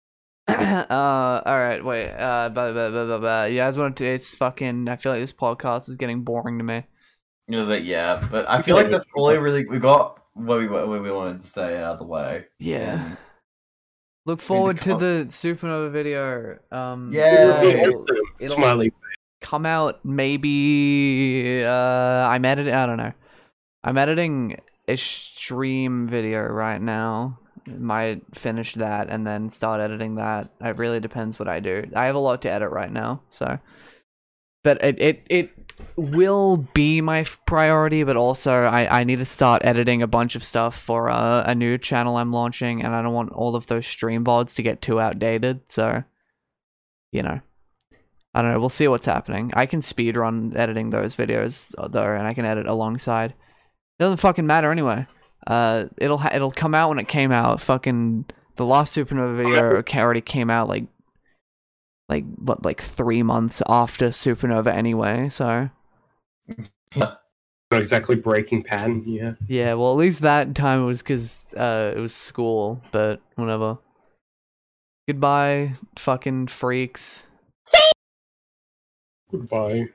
S1: [clears throat] uh, all right, wait. Uh, blah, blah, blah, blah, blah. you guys want to? It's fucking. I feel like this podcast is getting boring to me.
S3: You know, but yeah, but I
S2: We
S3: feel
S2: got
S3: like that's all I really we got what we what we wanted to say out of the way.
S1: Yeah.
S3: And
S1: Look forward to
S3: come-
S1: the supernova video. Um,
S3: Yeah.
S2: It'll be
S1: it'll-
S2: awesome.
S1: it'll-
S2: Smiley.
S1: come out maybe uh i'm editing i don't know i'm editing a stream video right now might finish that and then start editing that it really depends what i do i have a lot to edit right now so but it it, it will be my f- priority but also I, I need to start editing a bunch of stuff for uh, a new channel i'm launching and i don't want all of those stream vods to get too outdated so you know I don't know. We'll see what's happening. I can speed run editing those videos uh, though, and I can edit alongside. doesn't fucking matter anyway. Uh, it'll ha- it'll come out when it came out. Fucking the last Supernova video ca- already came out like like what like three months after Supernova anyway. So
S2: Not exactly breaking pattern. Yeah.
S1: yeah, well at least that time it was because uh, it was school, but whatever. Goodbye, fucking freaks.
S2: Goodbye.